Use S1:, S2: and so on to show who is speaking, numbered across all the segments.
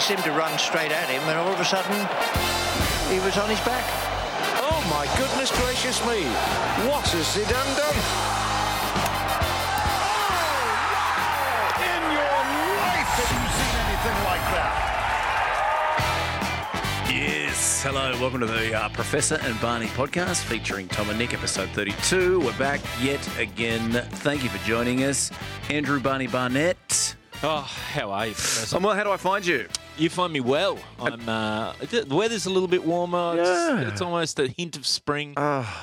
S1: seemed to run straight at him, and all of a sudden, he was on his back.
S2: Oh my goodness gracious me! What has Zidane done? Oh, In your life have you seen anything like that?
S3: Yes, hello, welcome to the uh, Professor and Barney podcast featuring Tom and Nick, episode 32. We're back yet again. Thank you for joining us. Andrew Barney Barnett.
S4: Oh, how are you? Professor?
S3: I'm well, how do I find you?
S4: You find me well. I'm. Uh, the weather's a little bit warmer. It's,
S3: Yeah.
S4: it's almost a hint of spring.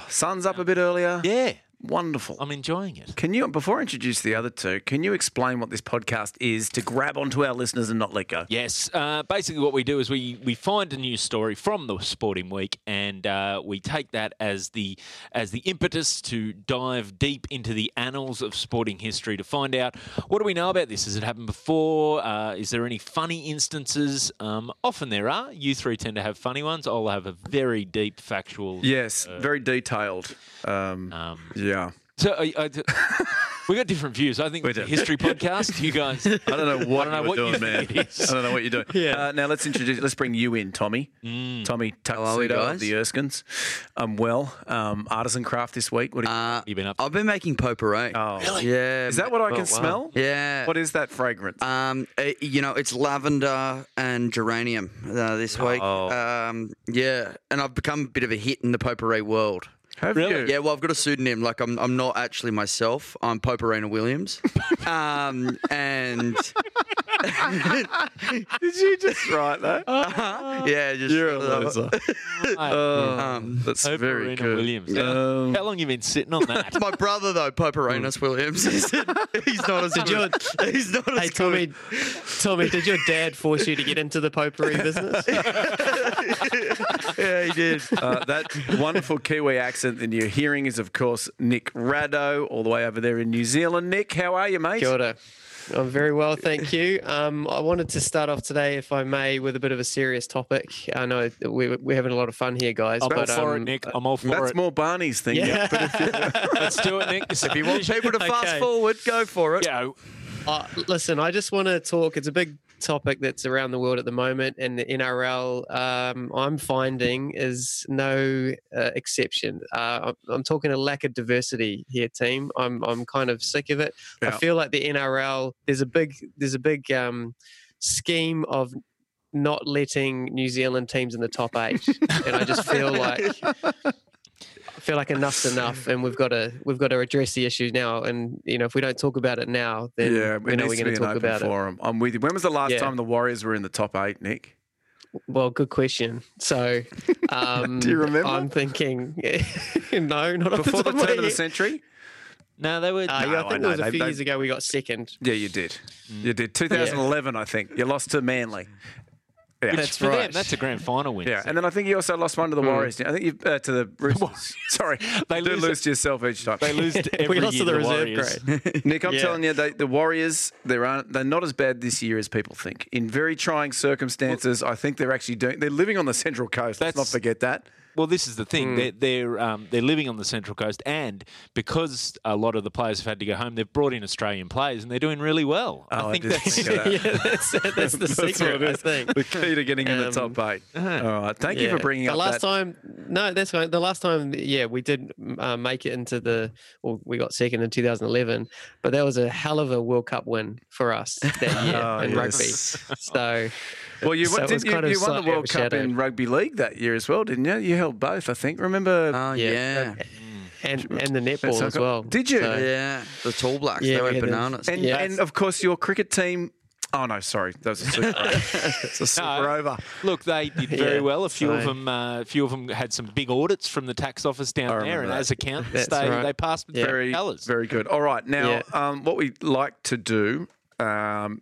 S3: Sun's up a bit earlier.
S4: yeah,
S3: Wonderful.
S4: I'm enjoying it.
S3: can you, before I introduce the other two, can you explain what this podcast is to grab onto our listeners and not let go?
S4: Yes, uh, basically what we do is we, we find a news story from the sporting week, and uh, we take that as the as the impetus to dive deep into the annals of sporting history to find out what do we know about this? Has it happened before? Uh, is there any funny instances? Um, often there are. You three tend to have funny ones. I'll have a very deep factual.
S3: Yes, very detailed. Uh, Um, yeah.
S4: So I, I, we got different views. I think
S3: We
S4: it's a
S3: do.
S4: history podcast. You guys, I
S3: I don't know what
S4: don't know
S3: you're
S4: what you
S3: doing, man.
S4: think it is.
S3: I don't know what you're doing. Uh, now let's introduce. Let's bring you in, Tommy.
S4: Mm.
S3: Tommy Tuxedo of
S5: guys?
S3: the Erskines. Um, well, um, artisan craft this week. What do you,
S5: Uh,
S4: You been up?
S5: I've been making potpourri.
S3: Oh. Really?
S5: Yeah.
S3: is that? What I can
S4: wow.
S3: smell?
S5: Yeah.
S3: What is that fragrance?
S5: Um, uh, you know, it's lavender and geranium uh, this week.
S3: Oh.
S5: Um, yeah, and I've become a bit of a hit in the potpourri world.
S3: Have
S4: really?
S3: you?
S5: Yeah, well, I've got a pseudonym. Like, I'm, I'm not actually myself. I'm Poporina Williams. um, and
S3: Did you just write that?
S5: Uh-huh. yeah, just uh,
S3: You're a loser. Um, that's
S4: Hope
S3: very
S4: Arena
S3: good.
S4: Williams.
S3: Um,
S4: How long you been sitting on that?
S5: My brother though,
S3: Hmm.
S5: Poporinus Williams, he's not as good. He's not as
S6: Hey
S5: good.
S6: Tommy, Tommy, did your dad force you to get into the potpourri business?
S5: Yeah, he did.
S3: Uh, that wonderful Kiwi accent that you're hearing is, of course, Nick Rado, all the way over there in New Zealand. Nick, how are you, mate?
S6: Kia ora. I'm very well, thank you. Um, I wanted to start off today, if I may, with a bit of a serious topic. I know we, we're having a lot of fun here, guys.
S4: I'm all
S6: but,
S4: for it,
S6: um,
S4: Nick. I'm all for
S3: That's
S4: it.
S3: more Barney's thing.
S6: Yeah.
S4: Let's do it, Nick. If
S5: You want people to fast
S6: Okay.
S5: forward? Go for it.
S4: go.
S6: Uh, listen, I just want to talk. It's a big topic that's around the world at the moment, and the NRL, um, I'm finding, is no uh, exception. Uh, I'm, I'm talking a lack of diversity here, team. I'm I'm kind of sick of it.
S3: Yeah.
S6: I feel like the NRL. There's a big there's a big um, scheme of not letting New Zealand teams in the top eight, and I just feel like I feel like enough's enough, and we've got to we've got to address the issue now. And you know, if we don't talk about it now, then
S3: yeah,
S6: we
S3: it
S6: know
S3: needs
S6: we're
S3: to be
S6: going to
S3: an
S6: talk
S3: open
S6: about
S3: forum. I'm with you. When was the last
S6: Yeah.
S3: time the Warriors were in the top eight, Nick?
S6: it. Well, good question. So, um,
S3: Do you remember?
S6: I'm thinking, no, not off
S3: Before the
S6: top my
S3: turn of the
S6: head.
S3: century?
S4: No, they were.
S6: Uh,
S3: No,
S6: yeah,
S3: I
S6: I think
S3: know,
S6: it was
S3: they-
S6: a few
S3: they-
S6: years ago we got second.
S3: Yeah, you did. You did. 2011, I think. You lost to Manly. Yeah.
S4: that's for them.
S6: right.
S4: That's a grand final win.
S3: yeah, and then I think you also lost one to the Warriors. I think you uh, to the Roosters. Sorry,
S4: They
S3: you do
S4: lose-
S3: lose to yourself each time.
S4: they lose to every
S6: we lost
S4: year,
S6: to the, reserve
S4: Warriors.
S6: grade.
S3: Nick, I'm
S6: Yeah.
S3: telling you, they, the Warriors they aren't they're not as bad this year as people think. In very trying circumstances, I think they're actually doing. They're living on the Central Coast. Let's not
S4: That's-
S3: forget that.
S4: Well, this is the thing. They're they're, um, they're living on the Central Coast, and because a lot of the players have had to go home, they've brought in Australian players, and they're doing really well.
S3: Oh, I
S4: I think
S3: did
S4: that's
S3: think of that.
S6: yeah, that's, that's the secret, I think.
S3: The key to getting in the
S6: Um,
S3: top eight. All
S4: uh-huh.
S3: right, thank you for
S6: Yeah.
S3: bringing
S6: the
S3: up
S6: last
S3: that.
S6: time. No, that's right. The last time, yeah, we did uh, make it into the. Well, we got second in 2011, but that was a hell of a World Cup win for us that year
S3: Oh,
S6: in
S3: yes.
S6: rugby. So
S3: Well, you,
S6: So
S3: won-
S6: it was
S3: didn't
S6: kind
S3: you, you won
S6: of
S3: the
S6: slightly
S3: World Cup in
S6: overshadowed.
S3: rugby league that year as well, didn't you? You held both, I think. Remember?
S5: Oh
S6: Yeah.
S5: yeah.
S6: and and the
S3: that's
S6: netball
S3: how
S6: as
S3: co-
S6: well.
S3: Did you?
S6: So-
S5: Yeah, the Tall Blacks.
S6: Yeah,
S5: they
S6: we
S5: went
S6: had them.
S5: bananas.
S3: and
S6: yeah.
S3: and of course your cricket team. Oh no, sorry, that was a super. it's a super
S4: No.
S3: over.
S4: Look, they did very
S6: Yeah,
S4: well. A few of
S6: so-
S4: them, uh, a few of them had some big audits from the tax office down there,
S3: remember
S4: and
S3: that.
S4: as accountants,
S6: That's
S4: they,
S6: right.
S4: they passed with
S6: Yeah.
S4: very
S3: very
S4: colours.
S3: Very good. All right. Now,
S6: Yeah.
S3: um, what we like to do um,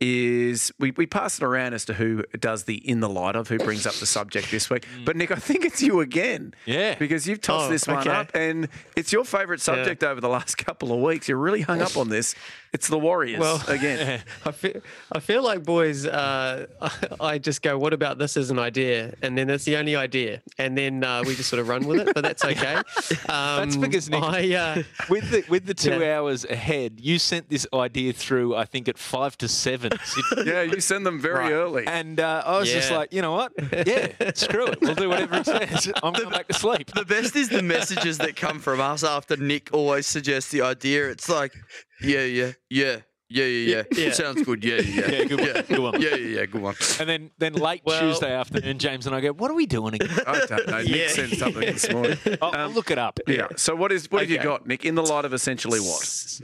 S3: is we, we pass it around as to who does the in the light of, who brings up the subject this week. But Nick, I think it's you again.
S4: Yeah.
S3: Because you've tossed
S6: Oh,
S3: this one
S6: okay.
S3: up, and it's your favourite subject over the last couple of weeks. You're really hung up on this. It's the Warriors
S6: Well-
S3: again.
S6: I feel, I feel like boys. Uh, I just go, "What about this as an idea?" And then that's the only idea, and then uh, we just sort of run with it. But that's okay. Um, that's
S4: because Nick-
S6: I, uh,
S4: With the with the two
S6: Yeah.
S4: hours ahead, you sent this idea through. I think at five to seven seven. Sid-
S3: Yeah, you send them very
S6: Right.
S3: early.
S4: And uh, I was just
S6: Yeah.
S4: like, you know what? Yeah, screw it. We'll do whatever it says. I'm going back to sleep.
S5: The best is the messages that come from us after Nick always suggests the idea. It's like, yeah, yeah, yeah, yeah, yeah, yeah.
S6: Yeah.
S5: Sounds good. Yeah, yeah,
S4: Yeah, good one,
S5: yeah,
S4: good one.
S5: Yeah, yeah, yeah, good one.
S4: And then, then late
S6: Well-
S4: Tuesday afternoon, James and I go, what are we doing again?
S3: I don't know. Nick
S6: Yeah.
S3: sent something this morning.
S4: I'll, I'll look it up.
S3: Yeah. So what is what have you
S6: Okay.
S3: got, Nick? In the light of essentially what?
S6: S-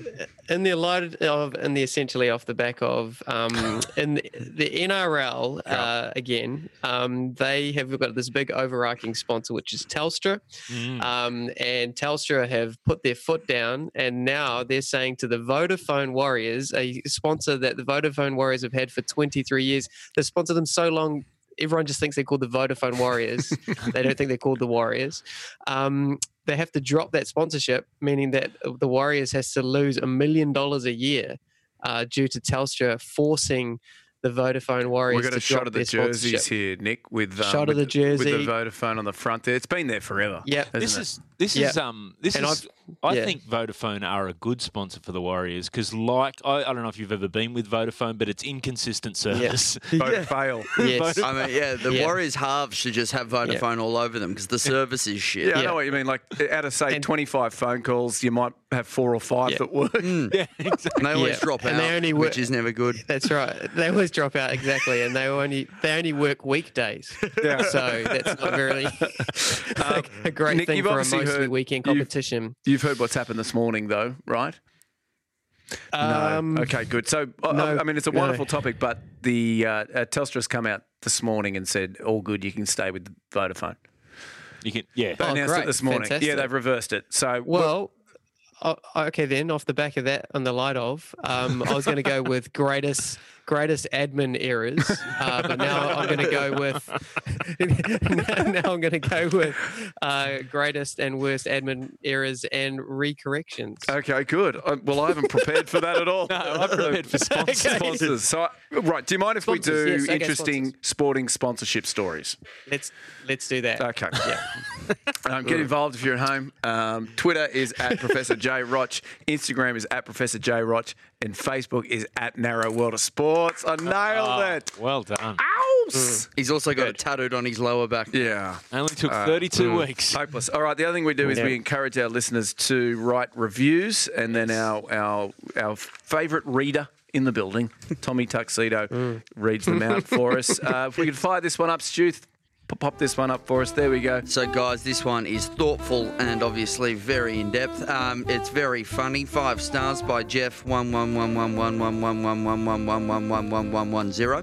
S6: In the light of, in the essentially off the back of, um, in the, the NRL uh, again, um, they have got this big overarching sponsor, which is Telstra,
S4: Mm.
S6: um, and Telstra have put their foot down, and now they're saying to the Vodafone Warriors, a sponsor that the Vodafone Warriors have had for 23 years, they sponsor them so long. Everyone just thinks they're called the Vodafone Warriors. they don't think they're called the Warriors. Um, they have to drop that sponsorship, meaning that uh, the Warriors has to lose a million dollars a year uh, due to Telstra forcing the Vodafone Warriors.
S3: We've got
S6: to
S3: a shot
S6: drop
S3: of the
S6: their
S3: jerseys
S6: sponsorship.
S3: here, Nick, with um,
S6: Shot of
S3: with
S6: the
S3: with
S6: jersey.
S3: the Vodafone on the front. There, it's been there forever.
S6: Yep.
S3: isn't
S4: This
S3: it?
S4: is this
S6: Yeah.
S4: is um this
S6: And
S4: is I
S6: yeah.
S4: think Vodafone are a good sponsor for the Warriors because like I, I don't know if you've ever been with Vodafone but it's inconsistent service.
S3: Both fail.
S6: Yes.
S5: I mean, yeah, the
S6: Yeah.
S5: Warriors halves should just have Vodafone all over them because the service is shit.
S3: Yeah, I
S6: Yeah.
S3: know what you mean. Like out of say
S6: And-
S3: twenty five phone calls, you might have four or five
S6: Yeah. Hmm.
S3: that work.
S4: Yeah, exactly.
S5: And they always
S6: Yeah.
S5: drop
S6: And
S5: out,
S6: they only
S5: which
S6: work-
S5: is never good.
S6: That's right. They always drop out exactly, and they only they only work weekdays.
S3: Yeah. Um,
S6: So that's not really like a great
S3: Nick,
S6: thing
S3: you've
S6: for a
S3: obviously
S6: mostly
S3: heard-
S6: weekend
S3: you've-
S6: competition.
S3: You've heard what's happened this morning, though, right?
S6: Um,
S3: no. Okay, good. So, I- I-
S6: no,
S3: I mean, it's a
S6: no.
S3: wonderful topic, but the uh, uh, Telstra's come out this morning and said, "All good, you can stay with Vodafone."
S4: You can yeah.
S3: They
S6: Oh,
S3: announced it
S6: great.
S3: this morning. Yeah,
S6: Fantastic.
S3: they've reversed it. So,
S6: Well, o- okay then. Off the back of that, on the light of, um, I was going to go with greatest greatest admin errors, uh, but now I'm going to go with now I'm going to go with uh, greatest and worst admin errors and recorrections.
S3: Okay, good. Uh, well, I haven't prepared for that at all. no,
S4: I'm prepared for sponsors.
S3: Sponsors. So, I- right. Do you mind if
S6: Sponsors,
S3: we do
S6: yes, okay,
S3: interesting sporting sponsorship stories?
S6: Let's let's do that.
S3: Okay. Yeah. um, get involved if you're at home. Um, Twitter is at Professor J Roch. Instagram is at Professor J Roch. And Facebook is at Narrow World of Sports. I nailed
S4: Ah,
S3: it.
S4: well done.
S3: Ows!
S5: He's also got it tattooed on his lower back.
S3: Yeah.
S4: Only took
S3: Uh,
S4: 32
S3: mm.
S4: weeks.
S3: Hopeless. All right. The other thing we do is we
S6: Yeah.
S3: encourage our listeners to write reviews, and then our our our favourite reader in the building, Tommy Tuxedo, reads them out for us. Uh, if we could fire this one up, Stu, th- pop- pop this one up for us. There we go.
S5: So, guys, this one is thoughtful and obviously very in depth. Um, it's very funny. Five stars by Jeff one one one one one one one one one one one one one one one one zero,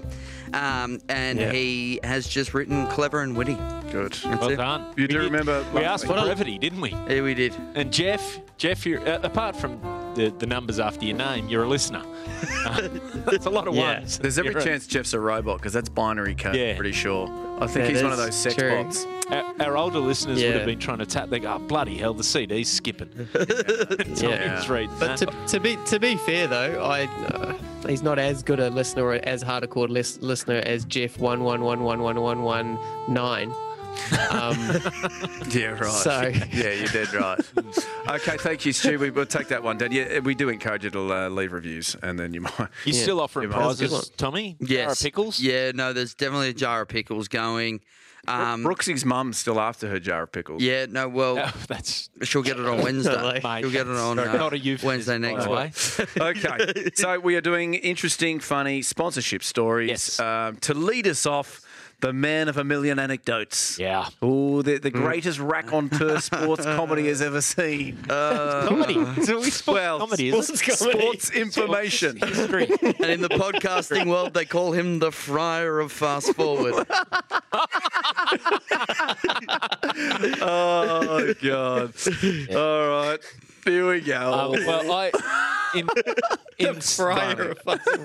S5: um, and he has just written clever and witty.
S3: Good.
S4: well
S5: it.
S4: done.
S3: You do
S4: did-
S3: remember
S4: we
S3: last
S4: asked for
S3: week.
S4: brevity, didn't we?
S5: Here we did.
S4: And Jeff, Jeff, you're, uh, apart from the, the numbers after your name, you're a listener. Uh, that's a lot of
S6: Yeah.
S4: ones.
S3: There's every
S4: You're a-
S3: chance Jeff's a robot because that's binary code.
S4: Yeah.
S3: I'm pretty sure. I think
S6: That
S3: he's one of
S6: is
S3: those sex
S6: true.
S3: bots.
S4: Our, our older listeners would
S6: Yeah.
S4: have been trying to tap. They go, oh, bloody hell, the CD's skipping.
S6: Yeah.
S4: It's reading
S6: But to,
S4: that.
S6: to be to be fair though, I uh, he's not as good a listener or as hardcore lis- listener as Jeff one one one one one one one nine. Um,
S3: Yeah, right.
S6: So-
S3: yeah, you're dead right. okay, thank you, Stu. We, we'll take that one down. Yeah, we do encourage you to uh, leave reviews, and then you might.
S4: You're
S6: Yeah.
S4: still offering
S3: Yeah, that was
S6: a good
S4: prizes, Tommy?
S5: Yes.
S4: Jar of pickles?
S5: Yeah. No, there's definitely a jar of pickles going. Um,
S3: Brooksy's mum's still after her jar of pickles.
S5: Yeah. No. Well,
S4: Oh, that's
S5: she'll get it on Wednesday.
S6: Like-
S4: mate.
S5: she'll get it on
S4: that's
S5: uh,
S4: not a euphemism,
S5: Wednesday
S4: by
S5: next
S4: the
S5: week.
S4: way.
S3: Okay, so we are doing interesting, funny sponsorship stories.
S4: Yes.
S3: Um, to lead us off, the man of a million anecdotes.
S4: Yeah. Mm.
S3: Oh, the, the greatest raconteur sports comedy has ever seen. Uh,
S4: Comedy. It's always sports
S3: well,
S4: comedy, isn't it?
S3: Sports information.
S4: History.
S5: And in the podcasting world, they call him the Friar of Fast Forward.
S3: oh God! All right, here we go.
S4: Uh,
S6: Oh.
S4: well, I in in
S6: prior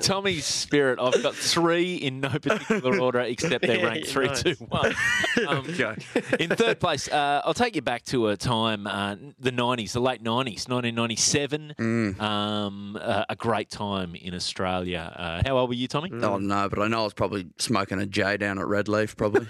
S4: Tommy's spirit, I've got three in no particular order, except they're
S6: Yeah,
S4: ranked three,
S6: nice.
S4: two, one. Um,
S3: Okay.
S4: In third place, uh, I'll take you back to a time, uh, the 90s, the late 90s, 1997. Um, uh, a great time in Australia. Uh, how old were you, Tommy?
S5: Oh no, but I know I was probably smoking a J down at Red Leaf, probably.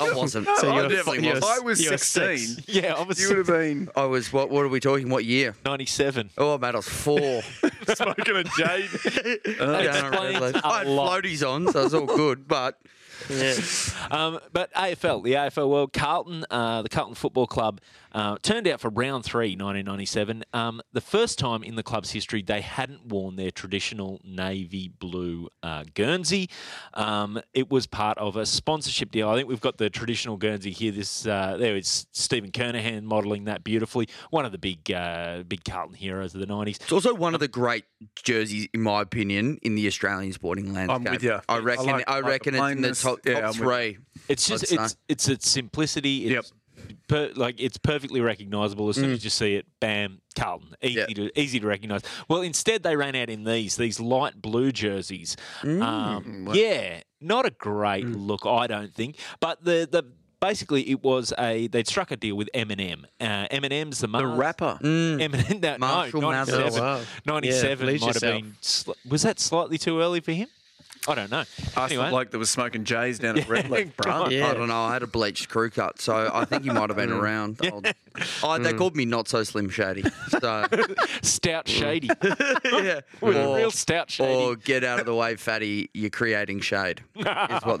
S5: I wasn't.
S6: So
S5: I
S6: you're-
S5: definitely
S6: you're-
S5: was.
S3: I was
S6: you were
S3: 16.
S6: six.
S4: Yeah, I was
S3: You would have been.
S5: I was. What? What are we talking? What year?
S4: 97.
S5: Oh, mate, I was four. Uh,
S4: smoking a jade.
S5: I
S4: That
S5: don't know,
S4: explains
S5: really.
S4: a
S5: I had
S4: lot.
S5: floaties on, so it's all good. But
S4: Um, but AFL, the AFL World, Carlton, uh, the Carlton Football Club, uh, turned out for round three, 1997. Um, the first time in the club's history they hadn't worn their traditional navy blue uh, Guernsey. Um, it was part of a sponsorship deal. I think we've got the traditional Guernsey here. This uh, there is Stephen Kernahan modelling that beautifully. One of the big uh, big Carlton heroes of the 90s.
S5: it's also one of the great jerseys, in my opinion, in the Australian sporting landscape.
S3: with you.
S5: I
S3: I
S5: reckon. I,
S3: like- like the
S5: reckon it's in the
S3: plainness.
S5: top,
S3: Yeah,
S5: top
S3: I'm with you.
S5: three.
S4: It's just
S5: I'd
S4: it's
S5: say.
S4: it's its simplicity. It's per, like it's perfectly recognisable as soon as you see it. Bam, Carlton, easy
S5: Yeah.
S4: to easy to recognise. Well, instead they ran out in these these light blue jerseys. Um, yeah, not a great look, I don't think. But the the basically it was a they'd struck a deal with Eminem. Uh, Eminem's the
S3: The
S4: Mars-
S3: rapper.
S4: Eminem, no,
S5: Marshall
S4: no,
S5: Mathers.
S4: 97,
S6: Oh, wow. Yeah,
S4: 97
S6: please
S4: might have
S6: yourself.
S4: been. Sl- was that slightly too early for him? I don't know.
S3: Asked the
S4: Anyway.
S3: bloke that was smoking J's down at Red Lake Brahma.
S6: Yeah.
S5: I don't know. I had a bleached crew cut, so I think he might have been
S4: Mm.
S5: around. Old- I, they called me not so slim shady. So
S4: Stout Shady.
S5: yeah,
S4: With a
S5: Or-
S4: real stout shady.
S5: Or get out of the way, fatty. You're creating shade. Is what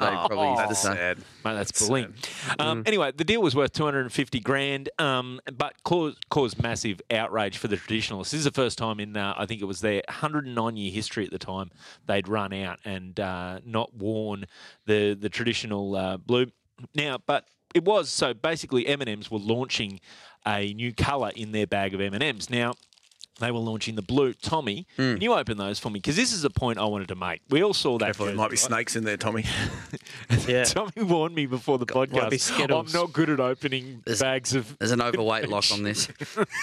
S5: they probably used to
S3: That's
S5: say.
S3: Oh, sad. Mm.
S4: Mate, that's bullying. Um, Anyway, the deal was worth 250 grand, um, but caused, caused massive outrage for the traditionalists. This is the first time in, uh, I think it was their 109 year history at the time, they'd run out and uh, not worn the, the traditional uh, blue. Now, but it was so basically M&Ms were launching a new colour in their bag of M&Ms. Now, they were launching the blue. Tommy,
S3: Mm.
S4: can you open those for me? Because this is a point I wanted to make. We all saw that.
S3: Careful, there
S4: jersey,
S3: might be
S4: right?
S3: snakes in there, Tommy.
S6: Yeah.
S4: Tommy warned me before the
S6: might be
S4: podcast. I'm
S6: Skittles.
S4: not good at opening
S5: There's-
S4: bags of.
S5: There's an overweight lock on this.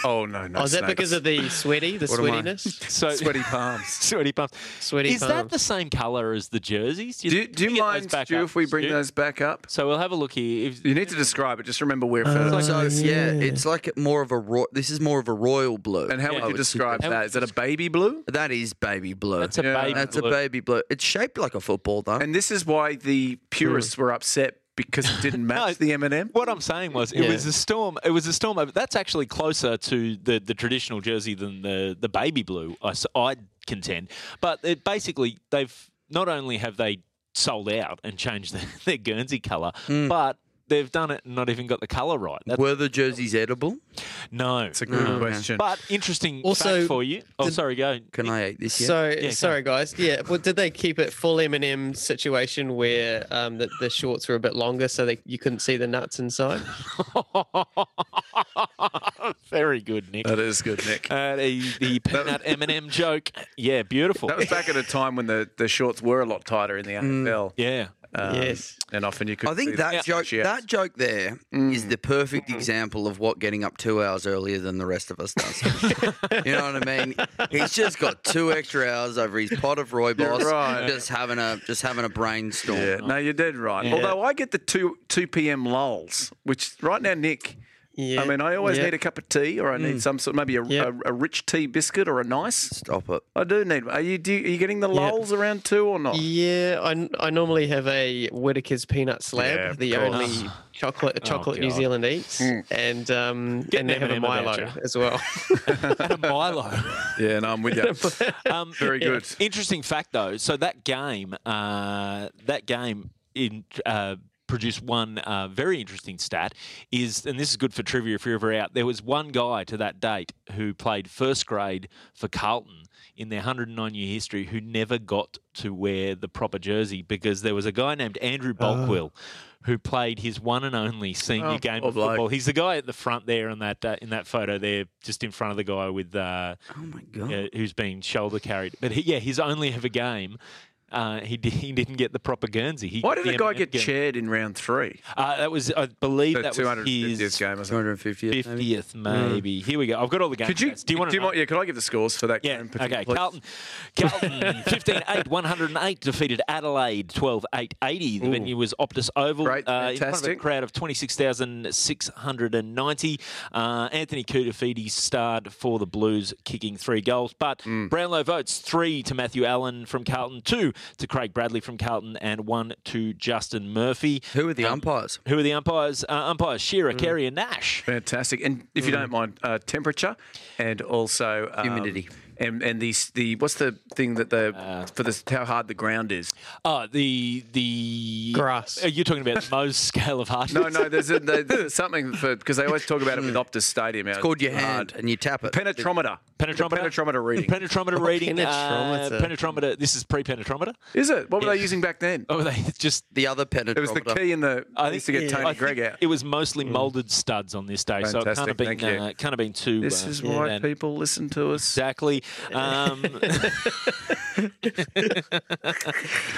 S3: Oh no, no.
S6: Oh, is that
S3: snakes.
S6: because of the sweaty, the
S5: What am I?
S6: sweatiness?
S4: So
S3: sweaty palms?
S4: sweaty pumps.
S6: Sweaty
S4: Is that
S6: palms.
S4: the same color as the jerseys?
S3: Do you, do
S4: can
S3: you
S4: get those
S3: mind,
S4: back
S3: Stu,
S4: up,
S3: if we bring
S4: Stu?
S3: those back up?
S4: So we'll have a look here. If,
S3: You need to describe it. Just remember where first.
S5: so yeah. it's like more of a ro- this is more of a royal blue.
S3: and how
S4: yeah.
S3: would you describe
S4: How
S3: that?
S4: would
S3: Is that a baby blue?
S5: that is baby blue.
S4: that's a
S3: Yeah.
S4: baby.
S5: That's
S4: blue.
S5: a baby blue. It's shaped like a football though.
S3: And this is why the purists were upset because it didn't match the M&M.
S4: What I'm saying was, it
S6: Yeah.
S4: was a storm. It was a storm. over- That's actually closer to the, the traditional jersey than the, the baby blue. I, s- I'd contend. But it basically, they've not only have they sold out and changed their, their Guernsey colour,
S3: Hmm.
S4: but they've done it and not even got the colour right. That's,
S5: Were the jerseys edible?
S4: no.
S3: It's a good question.
S4: But interesting
S6: Also,
S4: fact for you. Oh,
S6: did-
S4: sorry, go.
S5: Can I eat this yet?
S6: So
S4: go on.
S6: sorry, guys. Yeah, well, did they keep it full M&M situation where um, the, the shorts were a bit longer so that you couldn't see the nuts inside?
S4: Very good, Nick.
S3: That is good, Nick.
S4: Uh, the, the peanut M&M joke. Yeah, beautiful.
S3: That was back at a time when the, the shorts were a lot tighter in the AFL.
S4: yeah.
S3: Um,
S6: Yes.
S3: And often you could.
S5: I think that joke that joke there is
S3: Mm.
S5: the perfect example of what getting up two hours earlier than the rest of us does. you know what I mean? He's just got two extra hours over his pot of rooibos,
S3: right.
S5: just having a just having a brainstorm.
S3: Yeah, no, you're dead right.
S4: Yeah.
S3: Although I get the two two p.m. lulls, which right now, Nick,
S6: Yeah.
S3: I mean, I always
S6: Yeah.
S3: need a cup of tea, or I need some sort, maybe a,
S6: Yeah.
S3: a, a rich tea biscuit or a nice.
S5: Stop it.
S3: I do need. Are you do? You, are you getting the lulls around two or not?
S6: Yeah, I, n- I normally have a Whitaker's peanut slab,
S3: Yeah, of
S6: the
S3: course. Ah. Oh,
S6: only chocolate chocolate New
S4: God.
S6: Zealand eats,
S3: Hmm.
S6: and um,
S4: Get
S6: and
S4: an
S6: they have a
S4: M&M about
S6: Milo as well.
S4: And a Milo.
S3: Yeah, no, I'm with you.
S4: Um,
S3: Very good.
S4: Interesting fact, though. So that game, uh, that game in. Uh, Produced one uh, very interesting stat is, and this is good for trivia if you're ever out. There was one guy to that date who played first grade for Carlton in their 109 year history who never got to wear the proper jersey because there was a guy named Andrew Bulkwill who played his one and only senior
S3: Ah. Oh,
S4: game
S3: poor
S4: of
S3: bloke.
S4: football. He's the guy at the front there in that uh, in that photo there, just in front of the guy with uh,
S5: Oh my god.
S4: uh, who's been shoulder carried. But he, yeah, he's only ever game. Uh, he di- he didn't get the proper Guernsey. He
S3: Why
S4: got
S3: did the guy
S4: M&M
S3: get
S4: Guernsey.
S3: chaired in round three?
S4: Uh, that was, I believe,
S3: The
S4: that
S3: two
S4: was
S3: hundred fiftieth
S4: his
S3: game or
S5: Two
S3: something.
S5: hundred and fiftieth.
S4: fiftieth, maybe. Here we go. I've got all the games.
S3: Could you?
S4: Do you want to? know?
S3: yeah, could I give the scores for that?
S4: Yeah.
S3: game
S4: Okay.
S3: particularly, please?
S4: Carlton, Carlton, 15 8, 108, defeated Adelaide 12 8, 80. The venue was Optus Oval. uh,
S3: Great,
S4: in front of a
S3: fantastic.
S4: crowd of 26,690. Uh, Anthony Kudafidi starred for the Blues, kicking three goals. But Brownlow votes three to Matthew Allen from Carlton, two to Craig Bradley from Carlton, and one to Justin Murphy. Um,
S5: Who are the
S3: Um,
S5: umpires?
S4: Who are the umpires? Uh, umpires Shearer, Carey, and Nash. Mm-hmm.
S3: Fantastic. And if you don't mind, uh, temperature and also um,
S5: Humidity.
S3: and and the the what's the thing that the
S4: Uh,
S3: for this how hard the ground is?
S4: Oh, the the
S6: Grass.
S4: Are you talking about Mo's scale of hardness?
S3: No, no, there's, a, there's something for because they always talk about
S4: Hmm.
S3: it with Optus Stadium. It's
S5: Called your hand and you tap it.
S3: Penetrometer.
S4: Penetrometer.
S3: The penetrometer reading.
S4: Penetrometer reading.
S6: penetrometer.
S4: Uh, penetrometer. This is pre-penetrometer.
S3: Is it? What were
S4: Yeah.
S3: they using back then?
S4: Oh, they just.
S5: the other penetrometer.
S3: It was the key in the. I used to get
S4: I
S3: Tony
S4: think
S3: Gregg out.
S4: It was mostly molded studs on this day, so
S3: Mm.
S4: it can't have
S3: Fantastic,
S4: been
S3: thank you.
S4: uh, can't have been too.
S3: This
S4: uh,
S3: is why
S4: bad.
S3: people listen to us.
S4: Exactly. Um,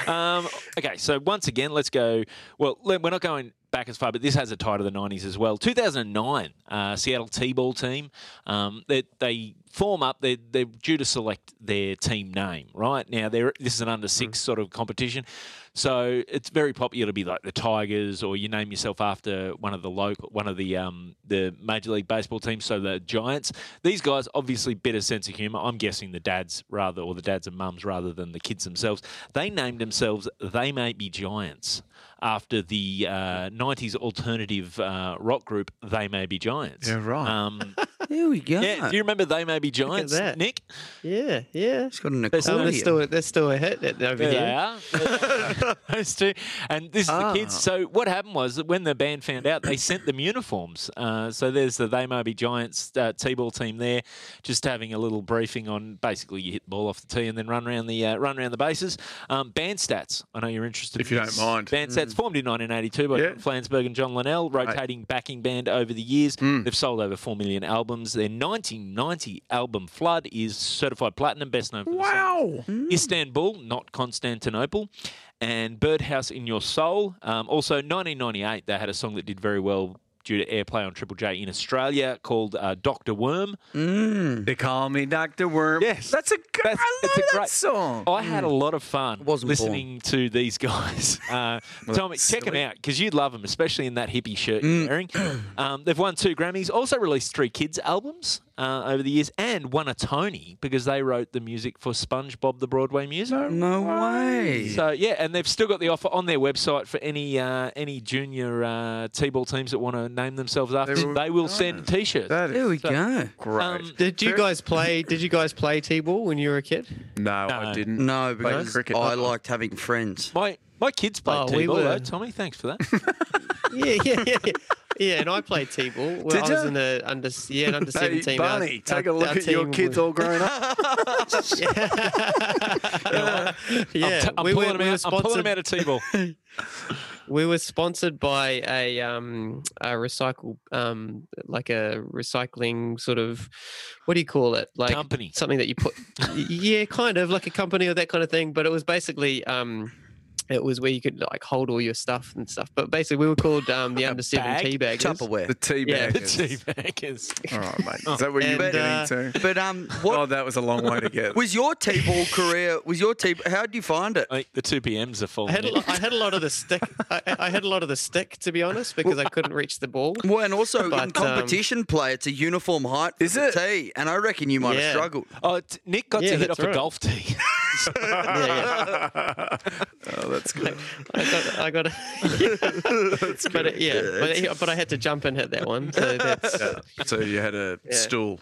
S4: um, okay, so once again, let's go. Well, le- we're not going back as far, but this has a tie to the 90s as well. 2009, uh, Seattle T ball team. Um, they, they form up, they're, they're due to select their team name, right? Now, they're, this is an under six sort of competition. So it's very popular to be like the Tigers, or you name yourself after one of the local, one of the um, the Major League Baseball teams. So the Giants. These guys obviously better sense of humour. I'm guessing the dads rather, or the dads and mums rather than the kids themselves. They named themselves "They May Be Giants" after the uh, '90s alternative uh, rock group "They May Be Giants."
S3: Yeah, right.
S4: Um,
S5: Here we go.
S4: yeah, do you remember "They May Be Giants,"
S6: that.
S4: Nick?
S6: Yeah, yeah.
S5: it's got an
S4: There's
S6: Oh,
S5: accordion.
S6: that's still that's still a hit that- over here.
S4: Yeah, they are. Those two. And this is the kids. So what happened was that when the band found out, they sent them uniforms. Uh, so there's the They May Be Giants uh, T-ball team there, just having a little briefing on basically you hit the ball off the tee and then run around the uh, run around the bases. Um, band stats. I know you're interested.
S3: If
S4: in
S3: you don't
S4: this.
S3: mind.
S4: Band stats formed in 1982 by
S3: Yeah.
S4: John Flansburgh and John Linnell, rotating backing band over the years.
S3: Mm.
S4: They've sold over four million albums. Their 1990 album Flood is certified platinum, best known for the song
S3: Wow.
S4: Istanbul, not Constantinople, and Birdhouse in Your Soul. Um, also, 1998, they had a song that did very well due to airplay on Triple J in Australia called uh, Doctor Worm.
S3: They call me Doctor Worm.
S4: Yes.
S3: That's a. gr-
S4: That's-
S3: I love
S4: it's a
S3: that
S4: great- Oh,
S3: song. Mm.
S4: I had a lot of fun
S5: wasn't
S4: listening to these guys. Uh, Tommy, check them out because you'd love them, especially in that hippie shirt
S3: Mm.
S4: you're wearing. Um, they've won two Grammys, also released three kids albums uh, over the years, and won a Tony because they wrote the music for SpongeBob the Broadway musical.
S5: no way.
S4: So yeah, and they've still got the offer on their website for any uh, any junior uh, t-ball teams that want to name themselves after.
S3: They
S4: They,
S3: will-
S4: will send t-shirts.
S3: That
S5: there
S3: is
S5: we go.
S3: great.
S4: Um,
S6: Did you guys play? Did you guys play t-ball when you were a kid?
S3: no,
S4: No.
S3: I didn't.
S5: No,
S3: Played
S5: because
S3: cricket.
S5: I liked having friends.
S4: my my kids played
S6: Oh, we
S4: t-ball though.
S6: were-
S4: Tommy, thanks for that.
S6: Yeah, yeah, yeah. yeah. Yeah, and I played t-ball. Well,
S3: Did
S6: I was
S3: ya?
S6: in the under yeah, an under
S3: Hey,
S6: seventeen. our-
S3: Barney,
S6: our-
S3: take a look
S6: our
S3: at your
S6: team
S3: kids
S6: was-
S3: all grown up.
S6: yeah,
S4: I'm, pulling them
S6: we were, we were
S4: out. I'm pulling
S6: sponsored.
S4: them out of t-ball.
S6: We were sponsored by a um a recycle um like a recycling sort of what do you call it like
S4: Company.
S6: something that you put yeah kind of like a company or that kind of thing but it was basically um it was where you could like hold all your stuff and stuff but basically we were called um the under seven
S4: bag?
S6: tea baggers.
S5: Tupperware.
S3: the tea
S6: Yeah,
S3: bag.
S4: the T-baggers.
S3: All right, mate. Is that what you're
S6: And,
S3: getting
S6: uh,
S3: to?
S5: But um,
S3: oh,
S5: what
S3: that was a long way to get.
S5: was your T-ball career? Was your T? How did you find it?
S4: I think the two PMs are full.
S6: I had, a lo- I had a lot of the stick. I, I had a lot of the stick, to be honest, because I couldn't reach the ball.
S5: Well, and also
S6: But,
S5: in
S6: um,
S5: competition play, it's a uniform height. For
S3: Is
S5: the
S3: it?
S5: T, and I reckon you might
S6: Yeah.
S5: have struggled.
S4: Oh, t- Nick got
S6: Yeah,
S4: to hit
S6: that's
S4: off a
S6: right.
S4: golf tee.
S6: Yeah, yeah.
S3: oh, that's good.
S6: I got, I got, but it- yeah, but, it, but I had to jump and hit that one. So that's
S3: So you had a
S6: Yeah.
S3: stool.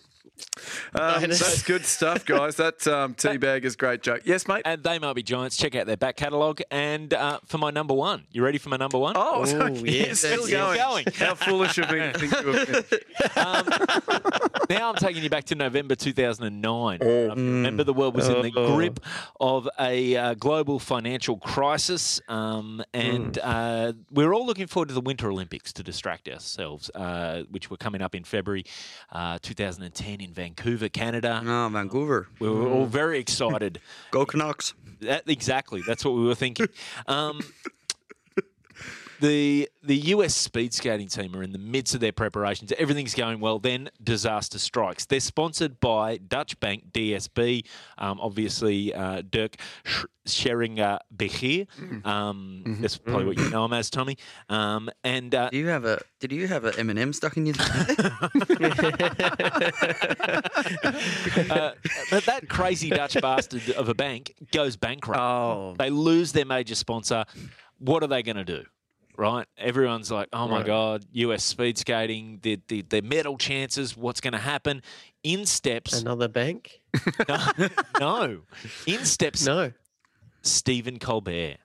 S6: I
S3: Um,
S6: had a-
S3: that's good stuff, guys. That um, tea bag is great joke. Yes,
S6: Uh,
S3: mate.
S4: and they might be giants. Check out their back catalogue. And uh, for my number one, you ready for my number one?
S3: Oh, so
S6: Ooh, yes,
S3: still
S6: yes.
S3: going.
S4: Going.
S3: How foolish of me to think you were finished.
S4: Um, now I'm taking you back to November 2009. Uh, Remember, the world was in the
S6: Oh.
S4: grip of a uh, global financial crisis, um, and uh, we we're all looking forward to the Winter Olympics to distract ourselves, uh, which were coming up in February uh, 2010 in Vancouver, Canada.
S5: No, Vancouver,
S4: We were all very excited.
S5: go Canucks.
S4: That, exactly. That's what we were thinking. Um, the the US speed skating team are in the midst of their preparations. Everything's going well. Then disaster strikes. They're sponsored by Dutch bank DSB. Um, obviously, uh, Dirk Sch- Scheringer Becher. Um, That's probably what you know him as, Tommy. Um, and uh,
S5: Do you have a? Did you have an M&M stuck in your?
S4: uh, but that crazy Dutch bastard of a bank goes bankrupt.
S3: Oh.
S4: They lose their major sponsor. What are they going to do? right? Everyone's like, oh my
S6: Right.
S4: God, US speed skating, the, the, the medal chances, what's going to happen? In steps,
S6: Another bank?
S4: no, no. in steps,
S6: No.
S4: Stephen Colbert.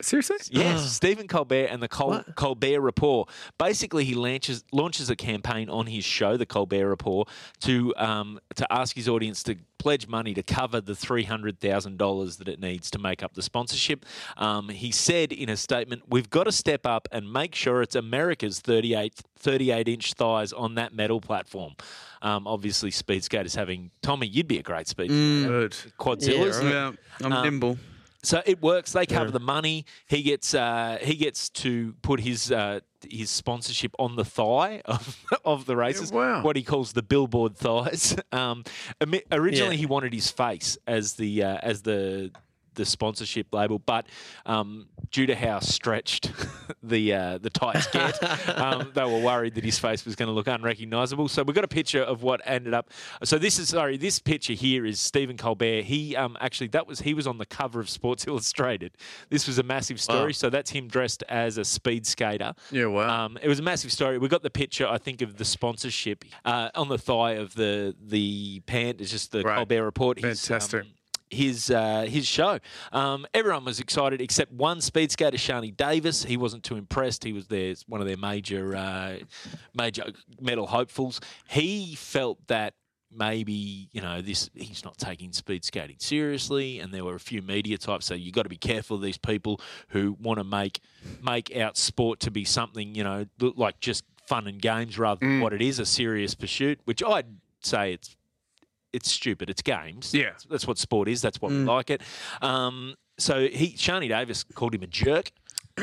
S3: Seriously?
S4: Yes,
S6: Ah.
S4: Stephen Colbert and the Col-
S6: What?
S4: Colbert Report. Basically, he launches launches a campaign on his show, the Colbert Report, to um, to ask his audience to pledge money to cover the three hundred thousand dollars that it needs to make up the sponsorship. Um, he said in a statement, "We've got to step up and make sure it's America's 38, 38 inch thighs on that metal platform." Um, obviously, speed skaters having Tommy, you'd be a great speed
S3: Good.
S4: quadzillas.
S6: Mm. right.
S5: Yeah, I'm
S4: Um,
S5: nimble.
S4: So it works. They cover the money. He gets uh, he gets to put his uh, his sponsorship on the thigh of, of the races.
S3: wow.
S4: What he calls the billboard thighs. Um, ami- originally, he wanted his face as the uh, as the the sponsorship label, but um, due to how stretched the uh, the tights get, um, they were worried that his face was going to look unrecognisable. So we got a picture of what ended up. So this is sorry, this picture here is Stephen Colbert. He um, actually that was he was on the cover of Sports Illustrated. This was a massive story. So that's him dressed as a speed skater.
S3: Yeah, wow.
S4: Um, it was a massive story. We got the picture, I think, of the sponsorship uh, on the thigh of the the pant. It's just the
S3: Right.
S4: Colbert Report. His,
S3: Fantastic.
S4: um, his uh, his show. Um, everyone was excited except one speed skater, Shani Davis. He wasn't too impressed. He was their one of their major uh, major medal hopefuls. He felt that maybe you know this he's not taking speed skating seriously and there were a few media types so you got to be careful of these people who want to make make out sport to be something you know look like just fun and games rather than what it is a serious pursuit which i'd say it's it's stupid. It's games.
S3: Yeah.
S4: that's, that's what sport is. That's what we like it. Um, so he, Shani Davis, called him a jerk.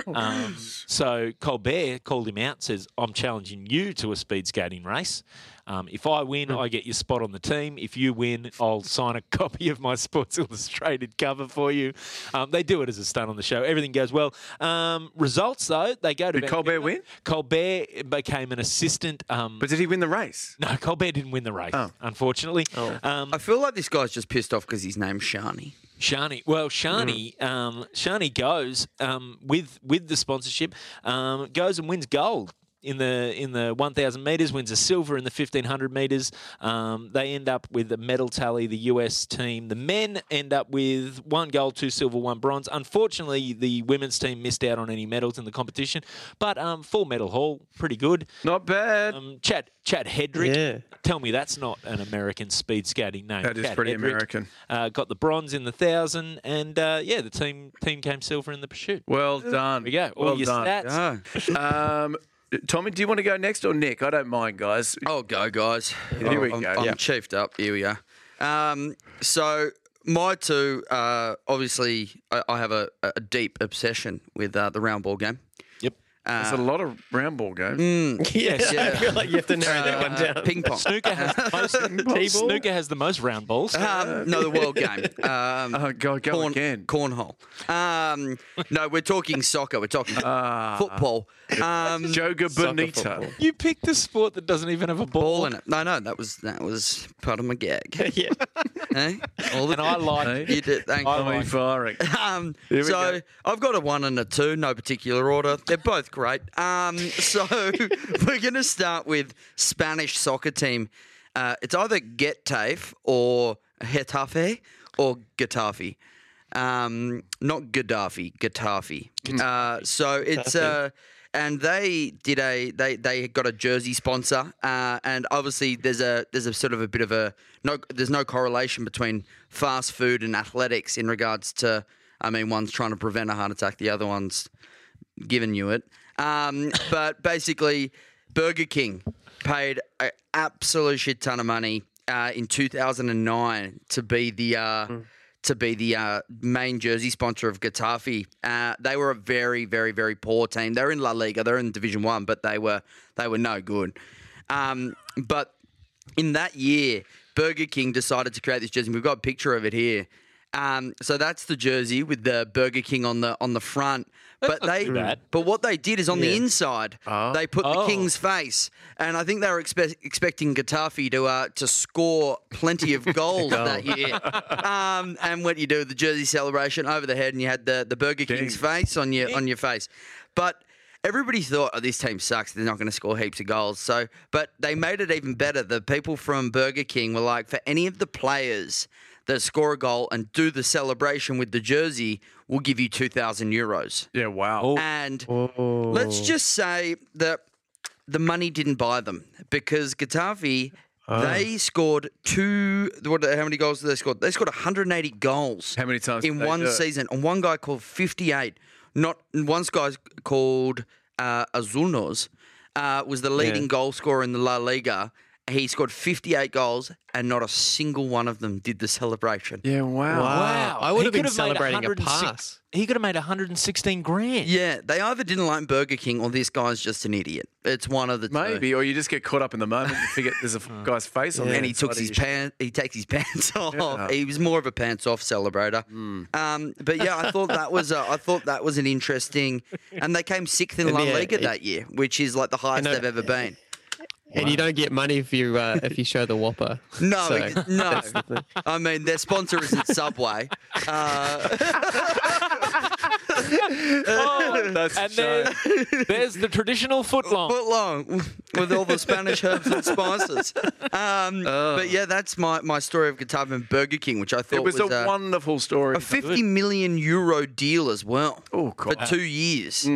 S4: Um, so Colbert called him out. Says, "I'm challenging you to a speed skating race. Um, if I win,
S3: Hmm.
S4: I get your spot on the team. If you win, I'll sign a copy of my Sports Illustrated cover for you." Um, they do it as a stunt on the show. Everything goes well. Um, results though, they go to
S3: Did Colbert
S4: Vancouver.
S3: win?
S4: Colbert became an assistant. Um,
S3: But did he win the race?
S4: no, Colbert didn't win the race,
S3: Oh.
S4: unfortunately. Um,
S5: I feel like this guy's just pissed off because his name's Shani.
S4: Shani. Well, Shani, um, Shani goes um, with with the sponsorship, um, goes and wins gold in the in the 1,000 meters, wins a silver in the 1,500 meters. Um, they end up with a medal tally. The US team, the men end up with one gold, two silver, one bronze. Unfortunately, the women's team missed out on any medals in the competition, but um, full medal haul, pretty good.
S3: Not bad.
S4: Um, Chad Chad Hedrick.
S6: Yeah.
S4: Tell me that's not an American speed skating name.
S3: That is
S4: Chad
S3: pretty
S4: Hedrick,
S3: American.
S4: Uh, got the bronze in the thousand, and uh, yeah, the team team came silver in the pursuit.
S3: well done.
S4: There uh, we go. All
S3: Well
S4: your
S3: done.
S4: stats.
S5: Oh,
S3: Um, Tommy, do you want to go next or Nick? I don't mind, guys.
S5: oh go, guys.
S3: Here we
S5: I'm,
S3: go.
S5: I'm
S3: Yeah.
S5: chiefed up. Here we are. Um, so my two, uh, obviously, I, I have a, a deep obsession with uh, the round ball game.
S4: Yep.
S3: There's
S5: Uh,
S3: a lot of round ball games.
S5: mm,
S6: Yes. I
S5: yeah.
S6: feel like you have to narrow that one
S5: Uh,
S6: down.
S5: Ping pong.
S4: Snooker has the most. snooker has the most round balls.
S3: Ah.
S5: Um, no, the world game. Um,
S3: Oh, go, go
S5: corn-
S3: again.
S5: Cornhole. Um, no, we're talking soccer. We're talking
S3: Ah.
S5: football. Um,
S3: Uh, Joga
S6: football.
S3: Bonita.
S4: you picked a sport that doesn't even have a ball,
S5: ball in it. No, no, that was that was part of my gag.
S6: yeah.
S5: eh? All the
S4: and I like
S3: Hey.
S4: it.
S5: you did. Thank
S4: I
S5: you.
S3: Tommy
S4: like-
S3: firing.
S5: Um,
S3: Here we
S5: so
S3: go.
S5: I've got a one and a two, no particular order. They're both great. Um, so we're going to start with Spanish soccer team. Uh, it's either Getafe or Getafe or Getafe. Um, not Gaddafi, Getafe. Uh, so it's uh, and they did a they they got a jersey sponsor, uh, and obviously there's a there's a sort of a bit of a no there's no correlation between fast food and athletics in regards to I mean one's trying to prevent a heart attack, the other one's giving you it. Um, but basically, Burger King paid an absolute shit ton of money uh, in 2009 to be the uh, to be the uh, main jersey sponsor of Getafe. Uh, they were a very, very, very poor team. They're in La Liga, they're in Division One, but they were they were no good. Um, but in that year, Burger King decided to create this jersey. We've got a picture of it here. Um, so that's the jersey with the Burger King on the on the front. but
S4: not
S5: they
S4: too bad.
S5: but what they did is on the inside they put the
S4: Oh.
S5: King's face, and I think they were expe- expecting Gaddafi to uh, to score plenty of goals that year. Um, and what you do with the jersey celebration over the head, and you had the, the Burger King's face on your on your face, but. everybody thought oh, this team sucks. They're not going to score heaps of goals. So, but they made it even better. The people from Burger King were like, for any of the players that score a goal and do the celebration with the jersey, we'll give you two thousand euros.
S3: Yeah,
S5: Oh.
S3: wow.
S5: And
S3: Oh.
S5: let's just say that the money didn't buy them because Getafe.
S3: Oh.
S5: They scored two. What, how many goals did they score? They scored 180 goals
S3: How many times
S5: in
S3: did they
S5: one
S3: do it?
S5: season, and one guy called 58. Not one guy's called uh, Azunos uh, was the leading goal scorer in the La Liga. He scored 58 goals, and not a single one of them did the celebration.
S3: Yeah, wow.
S6: Wow. I would
S4: He
S6: have been
S4: could made
S6: celebrating a
S4: 106
S6: pass.
S4: He could have made 116 grand.
S5: Yeah, they either didn't like Burger King or this guy's just an idiot. It's one of the two.
S3: Maybe, or you just get caught up in the moment and forget there's a f- guy's face on there.
S5: And he
S3: It's
S5: took
S3: like
S5: his
S3: you-
S5: pants. He takes his pants off. He was more of a pants off celebrator. Um, but yeah, I thought that was a, I thought that was an interesting. And they came sixth in La
S6: yeah,
S5: Liga
S6: it-
S5: that year, which is like the highest
S6: know-
S5: they've ever been.
S6: And you don't get money if you uh, if you show the whopper.
S5: No,
S6: So-
S5: ex- no. I mean, their sponsor isn't Subway. Uh,
S4: Oh,
S3: That's
S4: and
S3: a shame.
S4: there- there's the traditional footlong.
S5: foot long with all the Spanish herbs and spices. Um, But yeah, that's my, my story of Guitar and Burger King, which I thought
S3: It was, a
S5: uh,
S3: wonderful story.
S5: a 50 million euro deal as well
S3: Oh, God. Mm.
S5: for two years.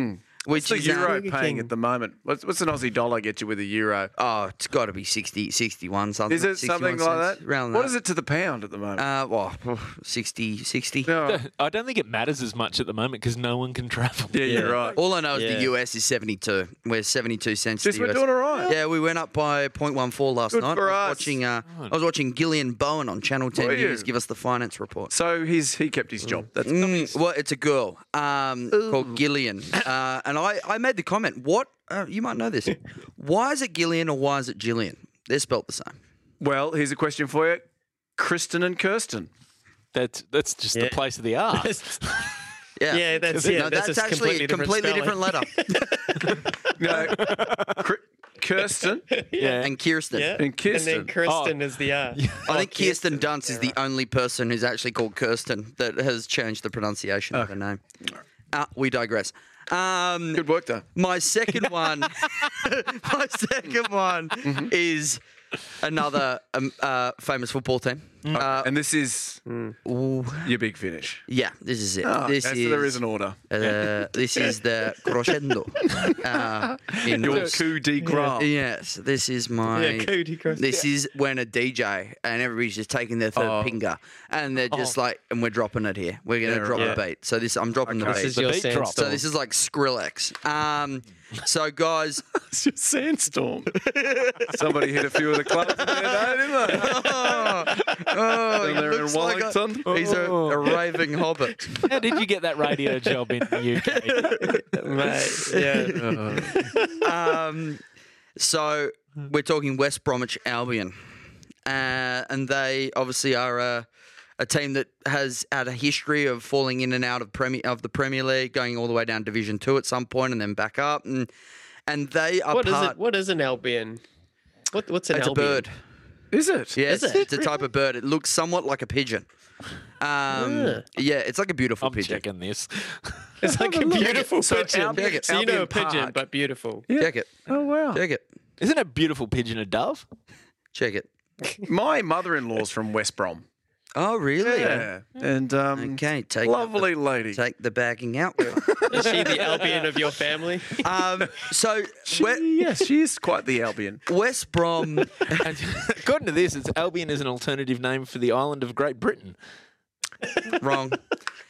S3: What's
S5: Which
S3: the
S5: is um,
S3: euro
S6: Burger
S3: paying
S6: King.
S3: at the moment? What's, what's an Aussie dollar get you with a euro?
S5: oh, it's got to be 60, 61 something.
S3: Is it something
S5: 61
S3: like
S5: cents,
S3: that?
S5: Around
S3: What
S5: that.
S3: is it to the pound at the moment? Oh,
S5: Uh, well, 60, 60.
S3: No.
S4: I don't think it matters as much at the moment because no one can travel.
S3: yeah, you're right.
S5: All I know is the
S6: Yeah.
S5: US is 72. We're 72 cents.
S3: Just
S5: to the
S3: we're
S5: US.
S3: doing all right.
S5: Yeah, we went up by 0.14 last
S3: Good
S5: night.
S3: for
S5: I
S3: us.
S5: was watching uh, I was watching Gillian Bowen on Channel 10
S3: Were you?
S5: News give us the finance report.
S3: So he's he kept his job. That's
S5: Mm, well, it's a girl um, called Gillian, uh, and I, I made the comment. What uh, you might know this? Why is it Gillian or why is it Gillian? They're spelt the same.
S3: well. Here's a question for you, Kristen and Kirsten.
S4: That's that's just
S6: Yeah.
S4: the place of the art.
S5: Yeah,
S6: Yeah, that's yeah,
S5: No,
S6: that's,
S5: that's,
S6: a
S5: actually
S6: completely
S5: a completely different,
S6: spelling.
S5: letter.
S3: No, Kr- Uh, Kirsten
S4: yeah.
S5: and Kirsten.
S6: Yeah. Oh,
S3: and Kirsten.
S6: And then Kirsten is the R.
S5: I think Kirsten Dunst is the only person who's actually called Kirsten that has changed the pronunciation of her name. Uh, we digress. Um,
S3: Good work though.
S5: My second one, my second one
S6: Mm-hmm.
S5: is another um, uh, famous football team.
S6: Mm.
S5: Uh,
S3: and this is
S5: ooh,
S3: your big finish.
S5: yeah, this is it.
S3: Oh,
S5: this
S3: okay,
S5: is
S3: so there is an order.
S5: uh, this is the crescendo. Uh, in
S3: Your
S5: Norse.
S3: coup de grace.
S5: Yes, this is my.
S6: Yeah, coup de grace.
S5: This is when a DJ and everybody's just taking their third
S3: Oh.
S5: finger, and they're just like, and we're dropping it here. We're gonna
S3: Yeah,
S5: drop
S3: right.
S5: the beat. So this, I'm dropping
S3: Okay.
S5: the
S6: This
S5: beat.
S6: is
S4: The
S6: your
S4: beat drop.
S6: sandstorm.
S5: so this is like Skrillex. Um, so guys,
S3: It's your sandstorm. Somebody hit a few of the clubs there, though, didn't they?
S5: oh, he
S3: And they're in
S5: looks like a-
S3: Wellington. Oh.
S5: he's a, a raving hobbit.
S4: How did you get that radio job in the UK?
S6: Mate, yeah.
S5: Um, so we're talking West Bromwich Albion, uh, and they obviously are a, a team that has had a history of falling in and out of Premier of the Premier League, going all the way down Division Two at some point, and then back up, and and they are
S6: What is
S5: part.
S6: it? What is an albion? What, what's an
S5: It's a
S6: albion?
S5: bird.
S3: Is it?
S5: Yeah, it's,
S6: it?
S5: it's a type of bird. It looks somewhat like a pigeon. Um, yeah, it's like a beautiful
S4: I'm
S5: pigeon.
S4: checking this.
S6: It's like a beautiful
S3: So
S6: pigeon.
S3: Albion-
S6: so you know a
S3: Albion Park.
S6: pigeon, but beautiful.
S5: Check it.
S3: Oh wow.
S5: Check it.
S4: Isn't a beautiful pigeon a dove?
S5: Check it.
S3: My mother-in-law's from West Brom.
S5: Oh, really?
S3: Yeah. And um,
S5: Okay, take out
S3: lovely lady.
S5: the, take the bagging out.
S6: Is she the albion of your family?
S5: um, so we-
S3: yes, she is quite the Albion.
S5: West Brom.
S4: And According to this, it's Albion is an alternative name for the island of Great Britain.
S5: Wrong.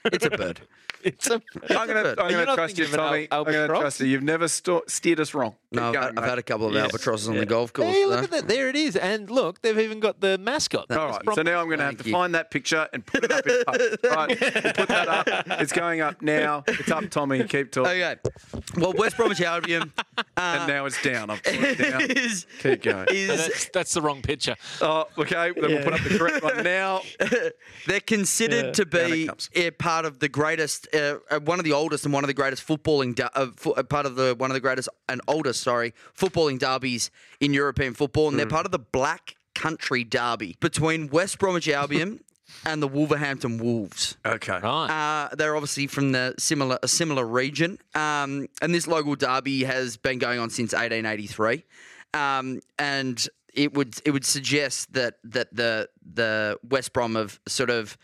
S5: It's a bird.
S4: It's a
S3: I'm going to
S4: You're
S3: I'm gonna
S4: not
S3: trust you,
S4: thinking of an
S3: Tommy.
S4: al-
S3: I'm going to
S4: albatross?
S3: trust you. You've never sto- steered us wrong. Keep
S5: No, I've,
S3: going,
S5: I've had a
S3: mate.
S5: couple of albatrosses on the golf course.
S4: Hey,
S5: though.
S4: look at that. There it is. And look, they've even got the mascot.
S3: All right, so now I'm going to have
S5: Thank
S3: to
S5: you.
S3: find that picture and put it up. In pub. All right, we'll put that up. It's going up now. It's up, Tommy. Keep talking.
S5: Okay. Well, West Bromwich Albion
S3: And now it's down. I've put it down.
S5: is
S3: Keep going.
S4: No,
S5: is
S4: that's, that's the wrong picture.
S3: Oh, okay. Then we'll put up the correct one now.
S5: They're considered to
S3: Down it
S5: be
S3: comes.
S5: a part of the greatest, uh, uh, one of the oldest and one of the greatest footballing, de- uh, fo- uh, part of the one of the greatest and oldest, sorry, footballing derbies
S3: Hmm.
S5: in European football, and they're part of the Black Country Derby between West Bromwich Albion and the Wolverhampton Wolves.
S3: Okay.
S4: Right.
S5: Uh, they're obviously from the similar a similar region, um, and this local derby has been going on since 1883, um, and it would it would suggest that that the the West Brom have sort of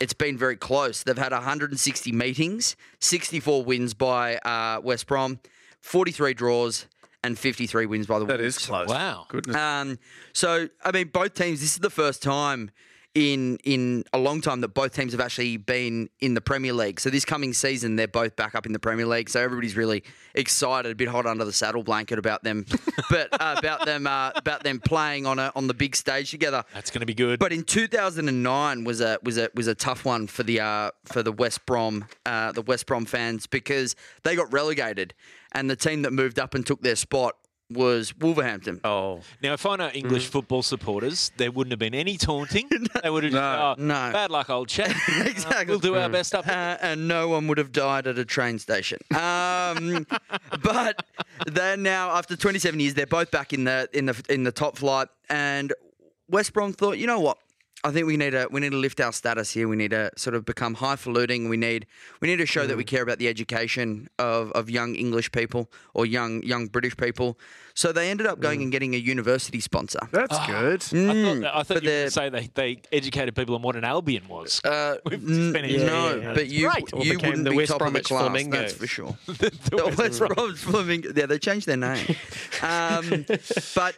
S5: it's been very close. They've had 160 meetings, 64 wins by uh, West Brom, 43 draws, and 53 wins by the
S3: That
S5: Wolves.
S3: is close.
S4: Wow.
S3: Goodness.
S5: Um, so I mean, both teams. This is the first time in in a long time that both teams have actually been in the Premier League. So this coming season, they're both back up in the Premier League. So everybody's really excited, a bit hot under the saddle blanket about them, but uh, about them uh, about them playing on a, on the big stage together.
S4: That's going to be good.
S5: But in 2009 was a was a was a tough one for the uh, for the West Brom uh, the West Brom fans because they got relegated, and the team that moved up and took their spot was Wolverhampton.
S3: Oh,
S4: now, if I know English
S5: Mm.
S4: football supporters, there wouldn't have been any taunting. They would have just,
S3: No.
S4: oh,
S5: No.
S4: bad luck, old chap. Uh,
S5: Exactly.
S4: we'll do our best up. here."
S5: Uh, and no one would have died at a train station. Um, but they're now after 27 years, they're both back in the in the in the top flight. And West Brom thought, you know what? I think we need to we need to lift our status here. We need to sort of become highfalutin. We need we need to show that we
S6: Mm.
S5: care about the education of, of young English people or young young British people. So they ended up
S6: Mm.
S5: going and getting a university sponsor.
S3: that's good.
S4: I thought, that- I thought you were going
S5: mm. but they're-
S4: to say they, they educated people on what an Albion was.
S5: Uh,
S4: We've just
S5: n-
S4: been in-
S5: no,
S6: Yeah, yeah,
S5: but you
S4: Right.
S6: Or
S5: you
S6: became
S5: wouldn't
S6: the
S5: be
S6: West
S5: top
S6: Bromwich
S5: of the class.
S6: Flamingos.
S5: That's for sure. the, West Bromwich Flamingos. Yeah, they changed their name, um, but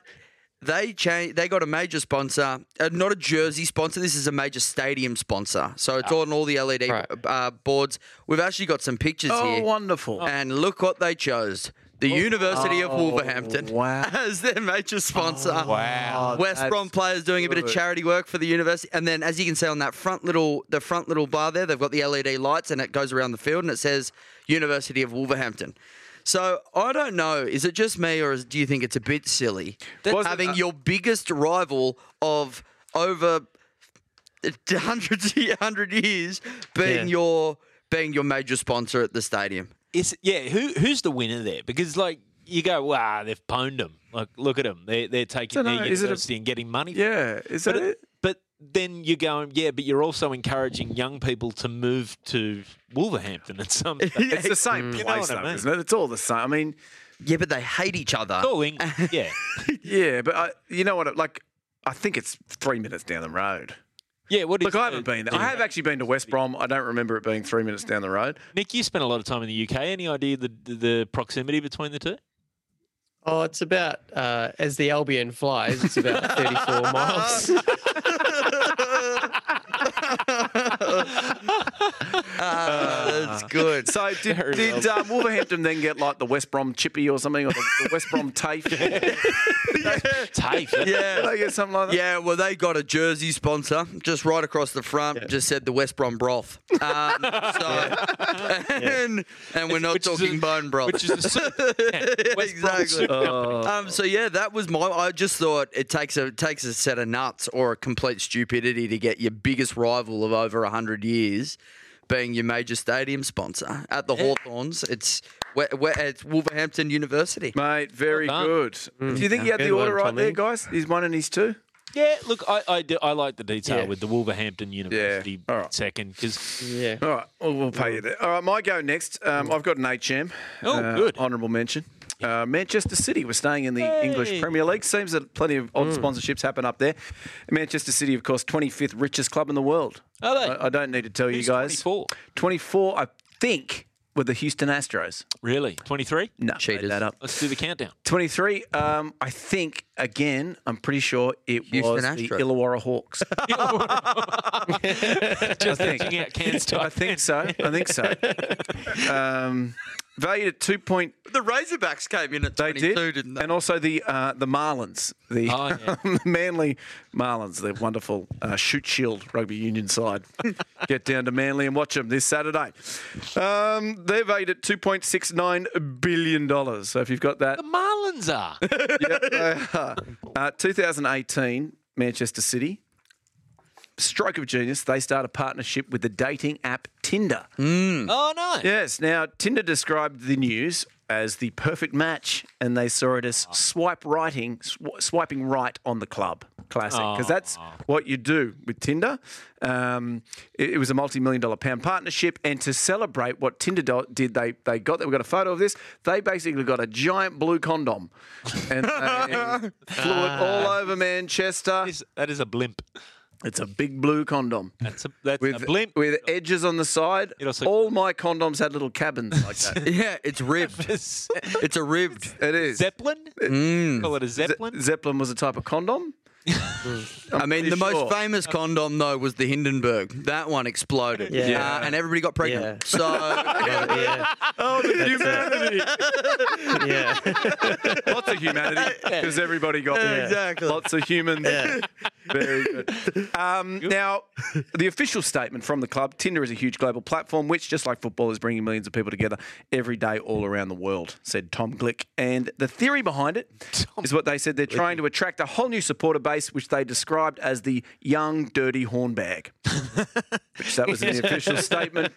S5: they changed. They got a major sponsor, uh, not a jersey sponsor. This is a major stadium sponsor. So it's on all the LED
S6: Right.
S5: uh, boards. We've actually got some pictures
S3: Oh,
S5: here,
S3: wonderful.
S5: and look what they chose: the University of Wolverhampton
S3: wow. Oh,
S5: as their major sponsor.
S4: wow.
S5: West Brom
S3: That's
S5: players doing a bit of
S3: good.
S5: charity work for the university, and then as you can see on that front little the front little bar there, they've got the LED lights, and it goes around the field, and it says University of Wolverhampton. So I don't know, is it just me, or is, do you think it's a bit silly
S3: Wasn't-
S5: having your biggest rival of over hundreds hundred years being
S6: Yeah.
S5: your being your major sponsor at the stadium?
S4: It's, yeah, who who's the winner there? Because, like, you go, wow, they've pwned them. Like, look at them. They're, they're taking
S3: Dunno,
S4: their
S3: is it a-
S4: university and getting money from
S3: Yeah, is that
S4: but,
S3: it?
S4: but then you're going, yeah, but you're also encouraging young people to move to Wolverhampton at some stage.
S3: It's the same
S4: You know
S3: place,
S4: what I
S3: though,
S4: mean.
S3: isn't it? It's all the same. I mean,
S5: Yeah, but they hate each other.
S4: It's all England, yeah.
S3: yeah, but I, you know what? Like, I think it's three minutes down the road.
S4: Yeah, what is
S3: Look, I haven't been there. I have actually been to West Brom. I don't remember it being three minutes down the road.
S4: Nick, you spent a lot of time in the UK. Any idea the the, the proximity between the two?
S6: Oh, it's about uh, as the Albion flies. It's about 34 miles.
S5: Uh, that's good.
S3: So did,
S4: Very
S3: did um, Wolverhampton then get like the West Brom chippy or something, or the, the West Brom TAFE?
S4: Tafe. that's-
S5: yeah.
S3: Did they get something like that?
S5: Yeah, well, they got a jersey sponsor just right across the front. Just said the West Brom broth. Um, so, and, and we're not
S4: Which is
S5: talking
S4: a-
S5: bone broth.
S4: Which is the soup. Yeah, West Brom
S5: exactly.
S4: soup company.
S5: Um, so yeah, that was my. I just thought it takes a it takes a set of nuts or a complete stupidity to get your biggest rival of over hundred years being your major stadium sponsor at the Hawthorns. It's we- we- it's Wolverhampton University.
S3: Mate, very
S4: Well done.
S3: good. Do you think he had the
S6: Good one,
S3: order right there,
S6: Tommy.
S3: guys? He's one and he's two.
S4: Yeah, look, I I, do, I like the detail
S6: Yeah.
S4: with the Wolverhampton University
S3: all right.
S4: second because
S6: Yeah.
S3: All right, well, we'll pay you there. All right, my go next. Um, I've got an HM.
S4: Oh, good.
S3: Honourable mention. Uh, Manchester City We're staying in the English
S4: Hey. Mm.
S3: Premier League. Seems that plenty of odd sponsorships happen up there. Manchester City, of course, 25th richest club in the world.
S4: Are they?
S3: I, I don't need to tell
S4: Who's
S3: you guys.
S4: 24?
S3: 24, I think, were the Houston Astros.
S4: really twenty three.
S3: No, made
S5: Cheaters.
S3: that up.
S4: Let's do the countdown.
S3: 23, um, I think, again, I'm pretty sure it
S5: Houston
S3: was the
S5: Astros.
S3: Illawarra Hawks.
S4: Just
S3: think.
S4: edging out Cairns
S3: I
S4: type.
S3: think so. I think so. Um, valued at two point,
S5: The Razorbacks came in at
S3: they
S5: 22,
S3: did,
S5: didn't they?
S3: and also the uh, the Marlins, the
S4: Oh, yeah.
S3: the Manly Marlins, the wonderful uh, shoot shield rugby union side. Get down to Manly and watch them this Saturday. Um, they're valued at two point six nine billion dollars. So if you've got that,
S4: The Marlins are.
S3: uh, 2018, Manchester City. Stroke of genius, they start a partnership with the dating app Tinder.
S4: oh no.
S3: Yes. Now, Tinder described the news as the perfect match, and they saw it
S4: Ah.
S3: as swipe righting, sw- swiping right on the club. Classic, because that's
S4: Ah.
S3: what you do with Tinder. Um, it, it was a multi-million dollar pound partnership, and to celebrate what Tinder do- did, they they got we got a photo of this. They basically got a giant blue condom and, they flew it all over Manchester.
S4: That is- that is a blimp.
S3: It's a big blue condom.
S4: That's a, that's
S3: with,
S4: a blimp.
S3: with edges on the side.
S4: It also-
S3: All my condoms had little cabins like that.
S5: Yeah, it's ribbed. It's a ribbed.
S3: It is.
S4: Zeppelin?
S3: Hmm.
S4: Call it a Zeppelin?
S3: Zeppelin was a type of condom.
S5: I mean, the
S3: sure.
S5: most famous condom though was the Hindenburg. That one exploded,
S6: Yeah.
S5: Uh, and everybody got pregnant. So
S6: yeah.
S3: Oh, the humanity!
S6: yeah.
S3: Lots of humanity because everybody got
S5: Yeah, exactly.
S3: Lots of humans. Very good. Um, now, the official statement from the club: Tinder is a huge global platform, which, just like football, is bringing millions of people together every day, all around the world," said Tom Glick. And the theory behind it is what they said: they're trying to attract a whole new supporter base, which they described as the young, dirty hornbag. which that was in the official statement.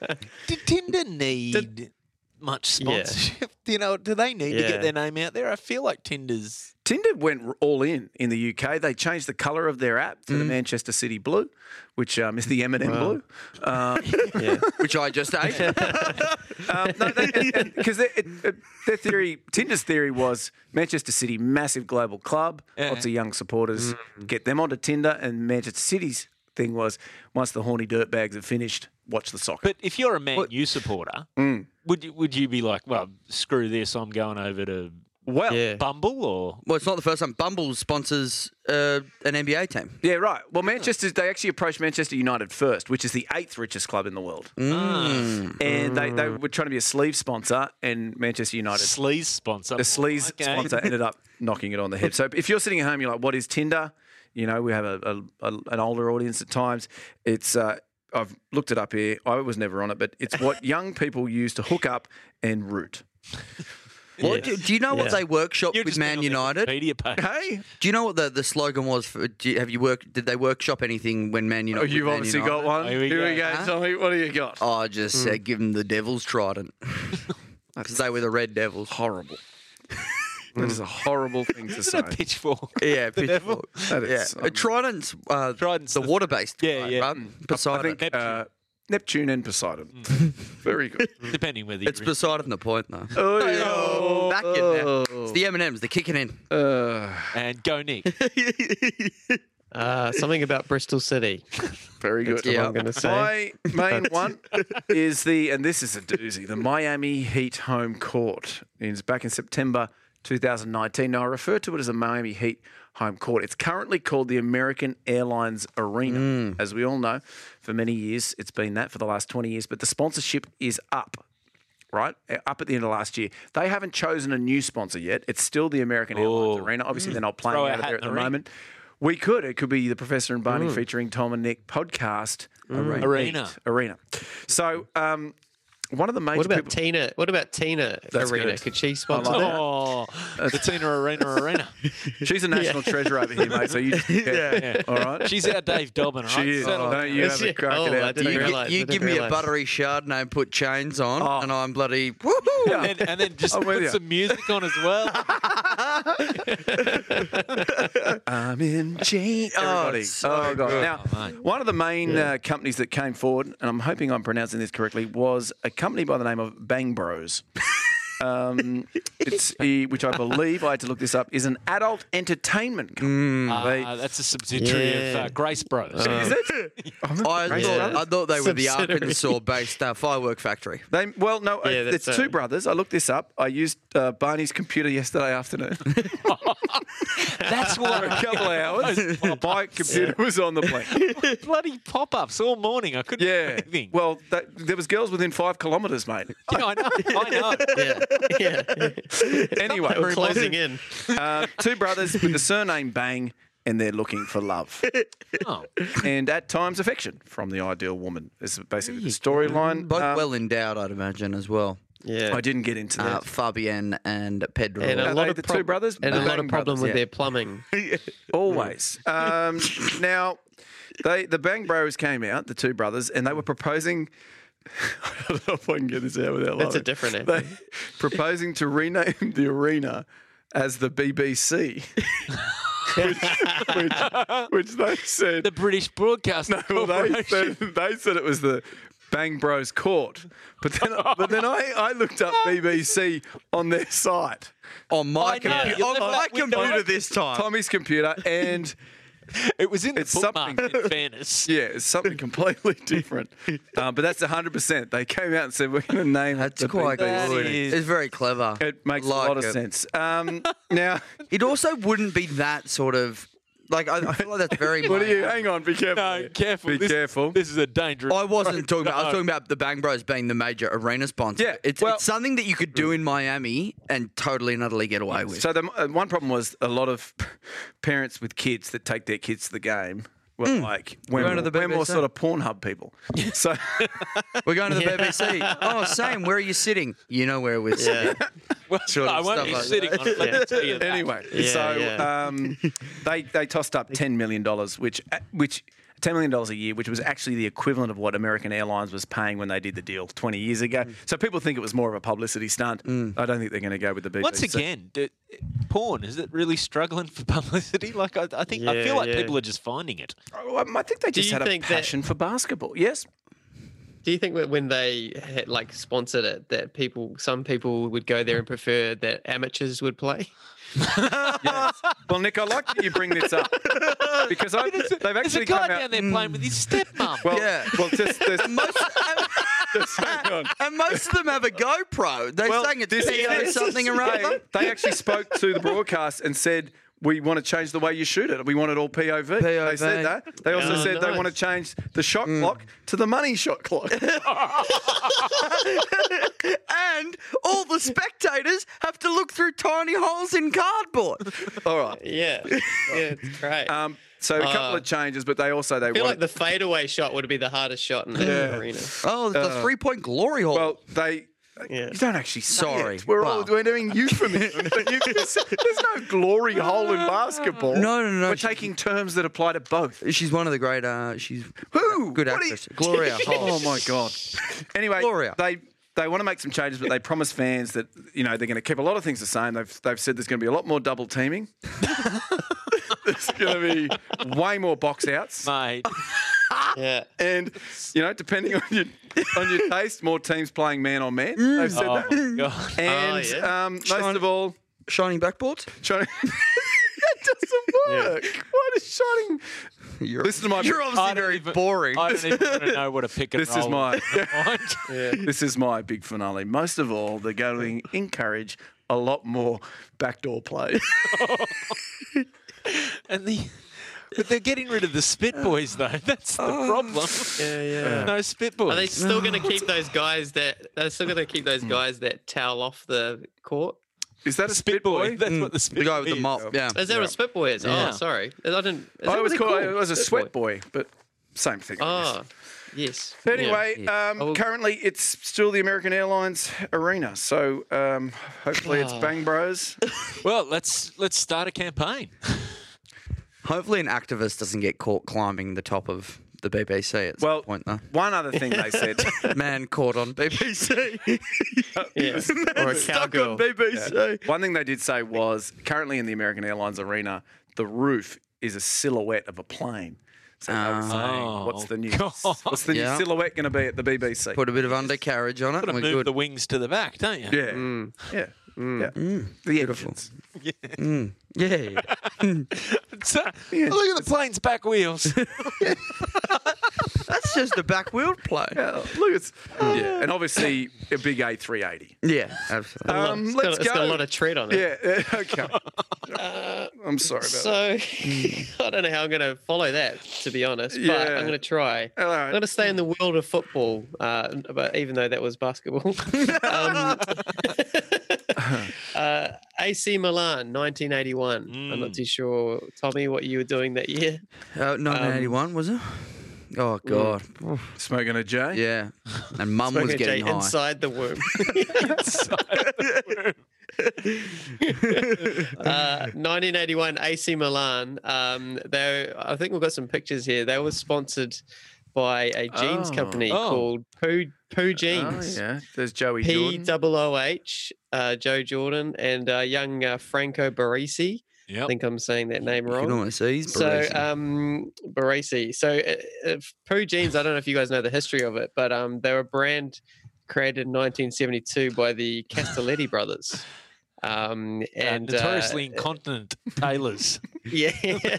S4: Did Tinder need much sponsorship? You know, do they need to
S6: Yeah.
S4: get their name out there? I feel like Tinder's.
S3: Tinder went r- all in in the UK. They changed the colour of their app to the Manchester City blue, which um, is the M&M blue.
S5: which I just ate.
S3: Um, Because their theory, Tinder's theory was Manchester City, massive global club, lots of young supporters, get them onto Tinder. And Manchester City's thing was once the horny dirtbags have finished, watch the soccer.
S4: But if you're a Man U supporter,
S3: mm.
S4: would you, would you be like, well, screw this, I'm going over to
S3: well, yeah.
S6: Yeah.
S4: Bumble or
S5: Well, it's not the first time Bumble sponsors uh, an NBA team.
S3: right. Well, Manchester, they actually approached Manchester United first, which is the eighth richest club in the world.
S5: Mm.
S3: And they, they were trying to be a sleeve sponsor, and Manchester United
S4: Sleaze sponsor?
S3: the sleaze
S4: Okay.
S3: sponsor ended up knocking it on the head. So if you're sitting at home, you're like, "What is Tinder?" You know, we have a, a, a an older audience at times. It's uh, I've looked it up here. I was never on it, but it's what young people use to hook up and root.
S5: What do, do you know what
S6: Yeah.
S5: they workshop
S4: You're
S5: with
S4: just
S5: Man
S4: been on their
S5: United?
S4: Wikipedia page.
S3: Hey,
S5: Do you know what the, the slogan was? For, do you, have you worked? Did they workshop anything when Man United?
S3: oh, you've
S5: with Man
S3: obviously
S5: United?
S3: got one.
S4: Here
S3: Here
S4: we
S3: we go,
S4: go.
S3: Tommy. What do you got?
S5: Oh, I just
S6: Mm.
S5: said give them the Devil's Trident because they were the Red Devils.
S3: horrible. that is a horrible thing to say.
S4: Isn't it pitchfork?
S5: Yeah, pitchfork.
S3: That
S5: Yeah,
S3: is, um,
S5: a trident's, uh,
S4: Trident's
S5: the
S4: the-
S5: water-based.
S4: Yeah,
S5: guy,
S4: yeah.
S5: right?
S3: I
S5: Poseidon.
S3: think uh, Neptune and Poseidon.
S4: Mm.
S3: Very good.
S4: Depending whether
S5: It's
S4: you're in-
S5: Poseidon the point though.
S3: Oh,
S5: Oh, back in now. It's the M and M's. They're kicking in.
S3: Uh,
S4: and go Nick.
S6: Uh, something about Bristol City.
S3: very good.
S5: Yeah.
S6: I'm going to say.
S3: My main one is the, and this is a doozy, the Miami Heat home court. It's back in September 2019. Now, I refer to it as a Miami Heat home court. It's currently called the American Airlines Arena.
S4: Mm.
S3: As we all know, for many years, it's been that for the last 20 years, but the sponsorship is up. Right Uh, up at the end of last year, they haven't chosen a new sponsor yet. It's still the American Airlines
S4: Oh.
S3: Arena. Obviously, they're not playing
S4: Throw a
S3: out of
S4: hat
S3: there
S4: in
S3: at the
S4: the ring.
S3: moment. We could. It could be the Professor and Barney featuring Tom and Nick podcast arena.
S4: Arena.
S3: Arena. So um, one of the major
S6: What about
S3: people.
S6: Tina? What about Tina
S3: That's
S6: Arena?
S3: good.
S6: Could she sponsor
S3: like
S6: that?
S4: Oh, the Tina Arena Arena.
S3: she's a national treasure over here, mate. So you. Just, yeah. All right.
S4: She's our Dave Dobbin, right?
S3: She is.
S4: Settle
S3: Don't you have
S6: Is she?
S3: a crack
S6: Oh,
S3: at
S6: I
S3: our
S6: didn't
S3: team.
S6: realise.
S5: You,
S6: I
S5: you
S6: didn't
S5: give me a
S6: realise.
S5: buttery chardonnay and put chains on,
S3: Oh.
S5: and I'm bloody woohoo.
S3: Yeah.
S4: And, and then just
S3: I'm with
S4: put
S3: ya.
S4: some music on as well.
S3: I'm in Jane. Everybody. Oh,
S5: it's so
S3: God.
S5: good.
S3: Now,
S4: Oh, mate.
S3: one of the main uh, companies that came forward, and I'm hoping I'm pronouncing this correctly, was a company by the name of Bang Bros. um, it's, eh, which I believe I had to look this up is an adult entertainment company. They-
S4: Ah, that's a subsidiary of
S6: Yeah.
S4: uh, Grace Bros.
S3: is it? I'm not
S5: I,
S3: crazy about
S5: thought,
S3: it.
S5: I thought they were the
S6: Subsidiary.
S5: Arkansas-based uh, firework factory.
S3: They well, no, uh,
S6: Yeah,
S3: it's
S6: that's
S3: two
S6: it.
S3: brothers. I looked this up. I used uh, Barney's computer yesterday afternoon.
S4: That's why
S3: For a couple of hours, my computer was on the blank.
S4: bloody pop-ups all morning. I couldn't do
S3: Yeah.
S4: anything.
S3: Well, that, there was girls within five kilometres, mate.
S4: yeah, I know. I know.
S6: Yeah. yeah.
S3: Anyway,
S6: We're closing in.
S3: uh, two brothers with the surname Bang, and they're looking for love
S4: Oh,
S3: and at times affection from the ideal woman. Is basically the storyline.
S5: Both
S3: Uh,
S5: well endowed, I'd imagine, as well.
S6: Yeah.
S3: I didn't get into
S5: Uh,
S3: that.
S5: Fabian and Pedro.
S6: And uh,
S3: Are
S6: a lot
S3: they
S6: of
S3: the two
S6: prob-
S3: brothers?
S6: and a
S3: The
S6: lot
S3: Bang
S6: of problem
S3: brothers,
S6: with
S3: yeah.
S6: their plumbing.
S3: Always. Um, now, they the Bang Bros came out, the two brothers, and they were proposing I don't know if I can get this out without laughing.
S6: That's a different app.
S3: They proposing to rename the arena as the BBC, which, which they said
S4: The British Broadcasting
S3: well, they,
S4: Corporation.
S3: said, they said it was the Bang Bros Court, but then but then I, I looked up BBC on their site,
S5: On
S4: I
S5: my,
S4: know,
S5: compu-
S4: you
S5: on
S4: left
S5: my
S4: that window
S5: computer
S4: open.
S5: this time.
S3: Tommy's computer, and
S4: It was in the
S3: It's something-
S4: bookmark, in fairness.
S3: yeah, it's something completely different. Uh, but that's hundred percent. They came out and said we're going to name
S5: That's
S3: the
S5: quite
S3: BBC.
S5: good. It's very clever.
S3: It makes
S5: Like
S3: a lot of
S5: it.
S3: sense. Um, now,
S5: It also wouldn't be that sort of like I, I feel like that's very.
S3: what are you?
S5: minor.
S3: Hang on, be careful.
S4: No,
S3: here.
S4: careful.
S3: Be
S4: this,
S3: careful.
S4: This is a dangerous.
S5: I wasn't talking about. I
S4: No.
S5: was talking about the Bang Bros being the major arena sponsor.
S3: Yeah,
S5: it's,
S3: well-
S5: it's something that you could do in Miami and totally and utterly get away with.
S3: So the uh, one problem was a lot of parents with kids that take their kids to the game. were
S5: Mm.
S3: like we're,
S5: Going to
S3: more,
S5: the
S3: we're more
S5: BBC.
S4: eh?"
S3: sort of Pornhub people. So
S5: We're going to the BBC. Oh, Sam, where are you sitting? You know where we're sitting.
S4: well,
S5: sort of
S4: I won't
S5: stuff
S4: be
S5: like
S4: sitting on it. let me tell you that.
S3: anyway,
S6: Yeah,
S3: so
S6: yeah.
S3: Um, they they tossed up ten million dollars, which uh, which ten million dollars a year, which was actually the equivalent of what American Airlines was paying when they did the deal twenty years ago.
S4: Mm.
S3: So people think it was more of a publicity stunt. I don't think they're going to go with the BBC.
S4: Once again, d- porn is it really struggling for publicity? Like I, I think I
S6: Yeah,
S4: feel like
S6: yeah.
S4: people are just finding it.
S3: Oh, um, I think they just
S6: you
S3: had a
S6: think that-
S3: passion for basketball. Yes,
S6: Do you think that when they had, like sponsored it, that people, some people would go there and prefer that amateurs would play?
S3: yes. well, Nick, I like that you bring this up because I, they've
S4: There's a
S3: actually
S4: guy
S3: come
S4: down
S3: out.
S4: there playing with his stepmom.
S3: Well,
S5: Yeah.
S3: well, just, there's,
S5: Most, and,
S3: just hang on.
S5: and most of them have a GoPro. They
S3: Well,
S5: sang it
S3: this
S5: PO
S3: is-
S5: something or other.
S3: They, they actually spoke to the broadcast and said. We want to change the way you shoot it. We want it all POV. They
S5: POV.
S3: said that. They also
S5: Ah,
S6: Oh,
S3: said they
S6: nice.
S3: want to change the shot clock to the money shot clock.
S5: And all the spectators have to look through tiny holes in cardboard.
S3: all right.
S6: Yeah, yeah, it's great.
S3: Um, so a couple
S5: Ah.
S6: Uh,
S3: of changes, but they also they
S6: I feel
S3: want
S6: like the fadeaway shot would be the hardest shot in the
S3: Yeah.
S6: arena.
S5: Oh, the three point glory hole.
S3: Uh, well they.
S6: Yeah.
S3: You don't actually say
S5: Sorry.
S3: it. We're all
S5: Wow.
S3: we're doing euphemism. but you, there's no glory hole in basketball.
S5: No, no, no.
S3: We're taking terms that apply to both.
S5: she's one of the great. Uh, she's
S3: Who?
S5: good
S3: What are
S5: actress.
S3: you-
S5: Gloria.
S3: Oh
S5: Hall.
S3: my god. Anyway,
S5: Gloria.
S3: they they want to make some changes, but they promise fans that you know they're going to keep a lot of things the same. They've they've said there's going to be a lot more double teaming. there's going to be way more box outs,
S4: Mate, Oh,
S6: Yeah,
S3: and you know depending on your on your taste, more teams playing man on man. They've said
S4: oh
S3: that.
S4: my god.
S3: And
S6: Oh, yeah.
S3: um, most
S5: Shine-
S3: of all,
S5: Shining backboards.
S3: shining. that doesn't work. Why does shining?
S5: You're,
S3: Listen to my.
S5: you're
S4: I
S5: obviously
S4: don't
S5: very
S4: even-
S5: boring.
S4: I don't even want to know what a pick and
S3: This is
S4: roll
S3: my-
S4: Never mind.
S3: This is my big finale. Most of all, they're going to encourage a lot more backdoor play.
S4: and the but they're getting rid of the spit boys though. That's the problem.
S6: yeah, yeah.
S4: No spit
S6: Are they
S4: boys.
S6: still going to keep those guys that? They're still going to keep
S3: Hmm.
S6: those guys that towel off the court.
S3: Is that a spit boy?
S4: That's
S5: Mm.
S4: what the spit
S5: guy with the
S4: is.
S5: mop. Yeah.
S6: Is that
S3: Yeah.
S6: what a spit boy is?
S4: Yeah.
S6: Oh, sorry, I didn't. Is that
S3: I
S6: what
S3: was
S6: they're
S3: called,
S6: called?
S3: it was a
S6: Spit
S3: sweat boy, Ah, but same thing. I guess.
S6: Oh, yes. Yeah.
S3: Anyway, um,
S6: Oh.
S3: currently it's still the American Airlines arena, so um, hopefully it's Bang Bros.
S4: Well, let's let's start a campaign.
S5: Hopefully, an activist doesn't get caught climbing the top of the BBC at
S3: Well,
S5: some point, though.
S3: one other thing they said.
S5: Man caught on BBC.
S6: or a cowgirl.
S5: BBC.
S3: One thing they did say was currently in the American Airlines arena, the roof is a silhouette of a plane. So they were saying,
S4: Oh,
S3: what's the new
S4: God.
S3: what's the
S5: Yeah.
S3: new silhouette going to be at the BBC?
S5: Put a bit of undercarriage on it, and
S4: Gotta
S5: we're
S4: move
S5: good.
S4: the wings to the back, don't you?
S3: yeah.
S6: Mm.
S3: yeah, yeah, The entrance.
S5: yeah.
S4: So, Look at the plane's back wheels.
S5: That's just a back wheel play. Yeah,
S3: Yeah, look, it's yeah, and obviously a big A380.
S5: absolutely.
S3: Um,
S6: It's got-
S3: let's
S6: it's got
S3: go.
S6: a lot of tread on it.
S3: Yeah, uh, okay. I'm sorry about that.
S6: So I don't know how I'm going to follow that, to be honest. But
S3: Hmm. Yeah.
S6: I'm going to try.
S3: All right.
S6: I'm going to stay in the world of football, uh, but even though that was basketball. um, uh, AC Milan, 1981. I'm
S3: Hmm.
S6: not too sure, Tommy, what you were doing that year.
S5: Uh, 1981 was it? Oh God,
S3: Mm. Smoking a J.
S5: yeah. And Mum was
S6: Okay,
S5: getting
S6: Jay,
S5: high.
S6: inside the womb. uh, 1981 AC Milan. Um, they, I think we've got some pictures here. They were sponsored by a jeans
S3: Oh.
S6: company
S4: Oh.
S6: called Pooh Pooh
S3: Oh,
S6: Jeans.
S3: yeah, there's Joey
S6: P
S3: Jordan.
S6: double O H, uh, Joe Jordan, and uh, young uh, Franco Barisi. I
S4: Yep.
S6: think I'm saying that name
S5: You can
S6: wrong.
S5: almost see he's
S6: So,
S5: Baresi.
S6: um, Barisi. So, uh, if Pooh Jeans, I don't know if you guys know the history of it, but um, they were a brand created in 1972 by the Castelletti brothers. Um, and uh,
S4: uh, notoriously incontinent tailors.
S6: yeah.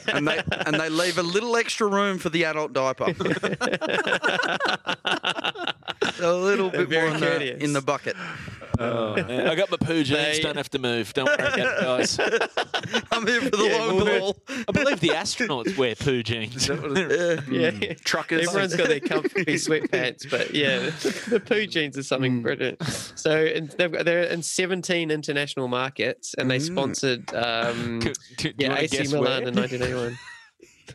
S5: and they and they leave a little extra room for the adult diaper. a little
S6: They're
S5: bit more
S6: very
S5: in the, in
S6: courteous.
S5: the bucket.
S4: Oh, man. I got my poo jeans.
S6: They-
S4: Don't have to move. Don't worry about it, guys.
S5: I'm here for the
S6: Yeah,
S5: long
S6: well,
S5: haul.
S4: I believe the astronauts wear poo jeans.
S5: Yeah.
S4: Hmm.
S6: yeah.
S3: Truckers.
S6: Everyone's got their comfy sweatpants, but yeah, the
S4: Hmm.
S6: poo jeans is something brilliant. So and they've got, they're in 17 international markets, and they
S5: Mm.
S6: sponsored
S4: Hmm.
S6: um,
S4: Do you
S6: yeah
S4: wanna
S6: AC
S4: guess
S6: Milan
S4: where? Um,
S6: in 1981.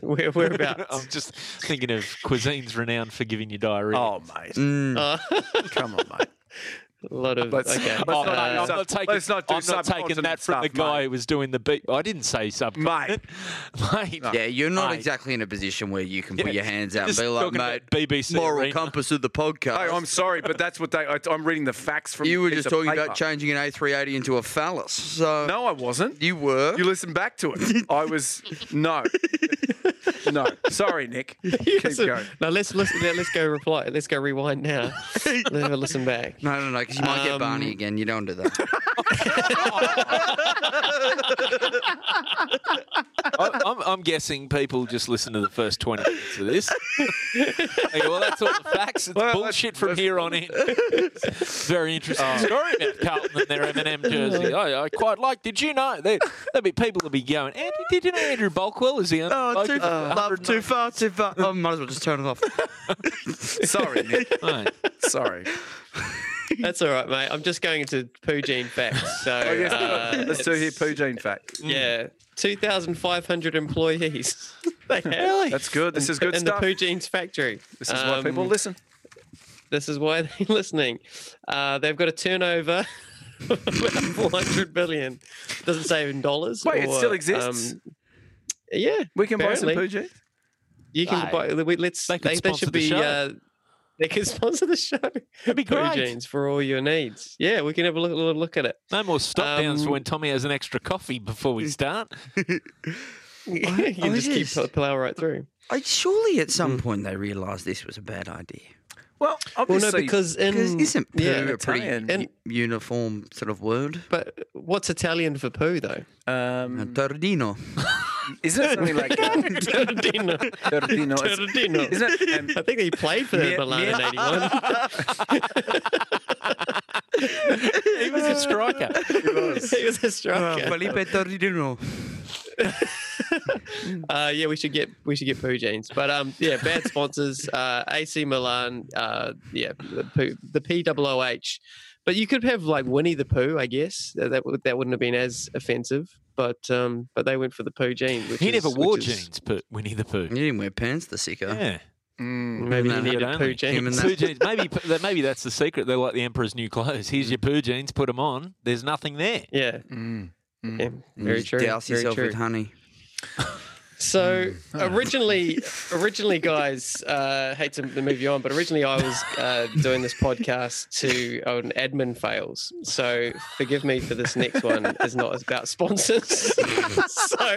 S6: Where whereabouts?
S4: I'm just thinking of cuisines renowned for giving you diarrhea.
S3: Oh, mate.
S4: hmm.
S5: Mm.
S6: Oh,
S3: Come on, mate.
S6: a lot of
S3: Let's-
S6: okay. Uh,
S3: let's
S4: Oh,
S3: not-
S4: mate, I'm
S3: let's
S4: not
S3: not-
S4: taking,
S3: let's not do
S4: I'm not taking that
S3: subcontinent
S4: from the
S3: stuff,
S4: guy
S3: mate.
S4: who was doing the beat. I didn't say subcontinent. Mate.
S5: Yeah, you're not
S4: Mate.
S5: exactly in a position where you can put
S4: Ah, Yeah.
S5: your hands out and
S4: Just
S5: be like,
S4: talking
S5: mate,
S4: about BBC
S5: moral
S4: arena.
S5: compass of the podcast.
S3: Hey, Oh, I'm sorry, but that's what they. I, I'm reading the facts from.
S5: you were
S3: the piece
S5: just
S3: of
S5: talking
S3: paper.
S5: about changing an A380 into a phallus. So
S3: No, I wasn't.
S5: you were.
S3: You listen back to it. I was no, no. Sorry, Nick. Keep
S6: Listen-
S3: going.
S6: Now let's listen. Now, let's go reply. Let's go rewind now. Let's have a listen back.
S5: no, no, no, because you might get Barney
S6: Um,
S5: again. You don't do that.
S4: I, I'm, I'm guessing people just listen to the first 20 minutes of this. Hey, well, that's all the facts. It's
S3: Well, let's-
S4: bullshit from
S3: let's- Oh.
S4: here on in. It's a very interesting story about Carlton and their M&M jersey. I, I quite like. Did you know? There, there'll be people that'll be going, Andy, did you know Andrew Bulkwell is the only
S3: Oh,
S4: bloke with 109
S5: far, Uh, too far. I might as well just turn it off.
S3: Sorry, Nick.
S4: Mate,
S3: Sorry.
S6: That's all right, mate. I'm just going into poo jean facts. So
S3: I guess
S6: uh,
S3: Oh, let's do here
S6: it's-
S3: poo jean fact.
S6: Yeah, two thousand five hundred employees. they have
S3: That's good. This is good
S6: in
S3: stuff.
S6: the Poo Jeans factory.
S3: This is why
S6: Um,
S3: people listen.
S6: This is why they're listening. Uh, they've got a turnover of about four hundred billion. Doesn't say in dollars.
S3: Wait, it
S6: or,
S3: still exists?
S6: um, yeah,
S3: We can buy some
S6: apparently.
S3: poo jeans.
S6: You can buy. we- Let's.
S4: They
S6: They,
S4: could
S6: they,
S4: sponsor
S6: should
S4: the
S6: be.
S4: show.
S6: Uh, they can sponsor the show.
S4: That'd be
S6: Poo
S4: great.
S6: Jeans for all your needs. Yeah, we can have a look, little look at it.
S4: No more stop downs for
S6: Um,
S4: when Tommy has an extra coffee before we start.
S6: you can
S4: oh,
S5: I
S6: just keep
S5: just-
S6: pl- plow right through.
S5: I, surely at
S6: Mm.
S5: some point they realised this was a bad idea.
S3: Well,
S6: Well,
S3: obviously.
S6: no, because in
S5: Because isn't poo
S6: Mm. yeah,
S5: a pretty
S3: Italian.
S5: u- uniform sort of word?
S6: but what's Italian for poo though?
S5: A
S6: Mm.
S3: um,
S5: Tardino.
S3: isn't it something like uh,
S6: Tardino.
S3: Tardino? It's-
S6: Tardino.
S3: Isn't it? Um,
S6: I think he played for
S3: Mia-
S6: Milan
S3: Mia-
S6: in '81.
S4: He was a striker.
S6: he was a striker.
S5: Ah, Felipe Tardino.
S6: Uh, yeah, we should get we should get poo jeans, but um, yeah, bad sponsors. Uh, AC Milan. Uh, yeah, the poo, the PWOH. But you could have like Winnie the Pooh, I guess. That that, would- that wouldn't have been as offensive. But um, but they went for the poo jean. Which
S4: He
S6: is,
S4: never wore
S6: which is-
S4: jeans, but Winnie the Pooh.
S5: You didn't wear pants, the sicko.
S4: Yeah.
S3: mm,
S6: Maybe
S5: Nah.
S6: he needed
S4: Only.
S6: poo
S5: Him and
S6: jeans.
S5: that-
S4: Poo jeans. Maybe that- maybe that's the secret. They're like the emperor's new clothes. Here's your poo jeans. Put them on. There's nothing there.
S6: Yeah,
S3: mm.
S6: yeah,
S5: And
S6: very
S5: just
S6: true.
S5: Douse
S6: very
S5: yourself
S6: true.
S5: with honey.
S6: So
S3: Hmm.
S6: originally, originally, guys, uh, hate to move you on, but originally I was uh, doing this podcast to on admin fails. So forgive me for this next one is not about sponsors. so,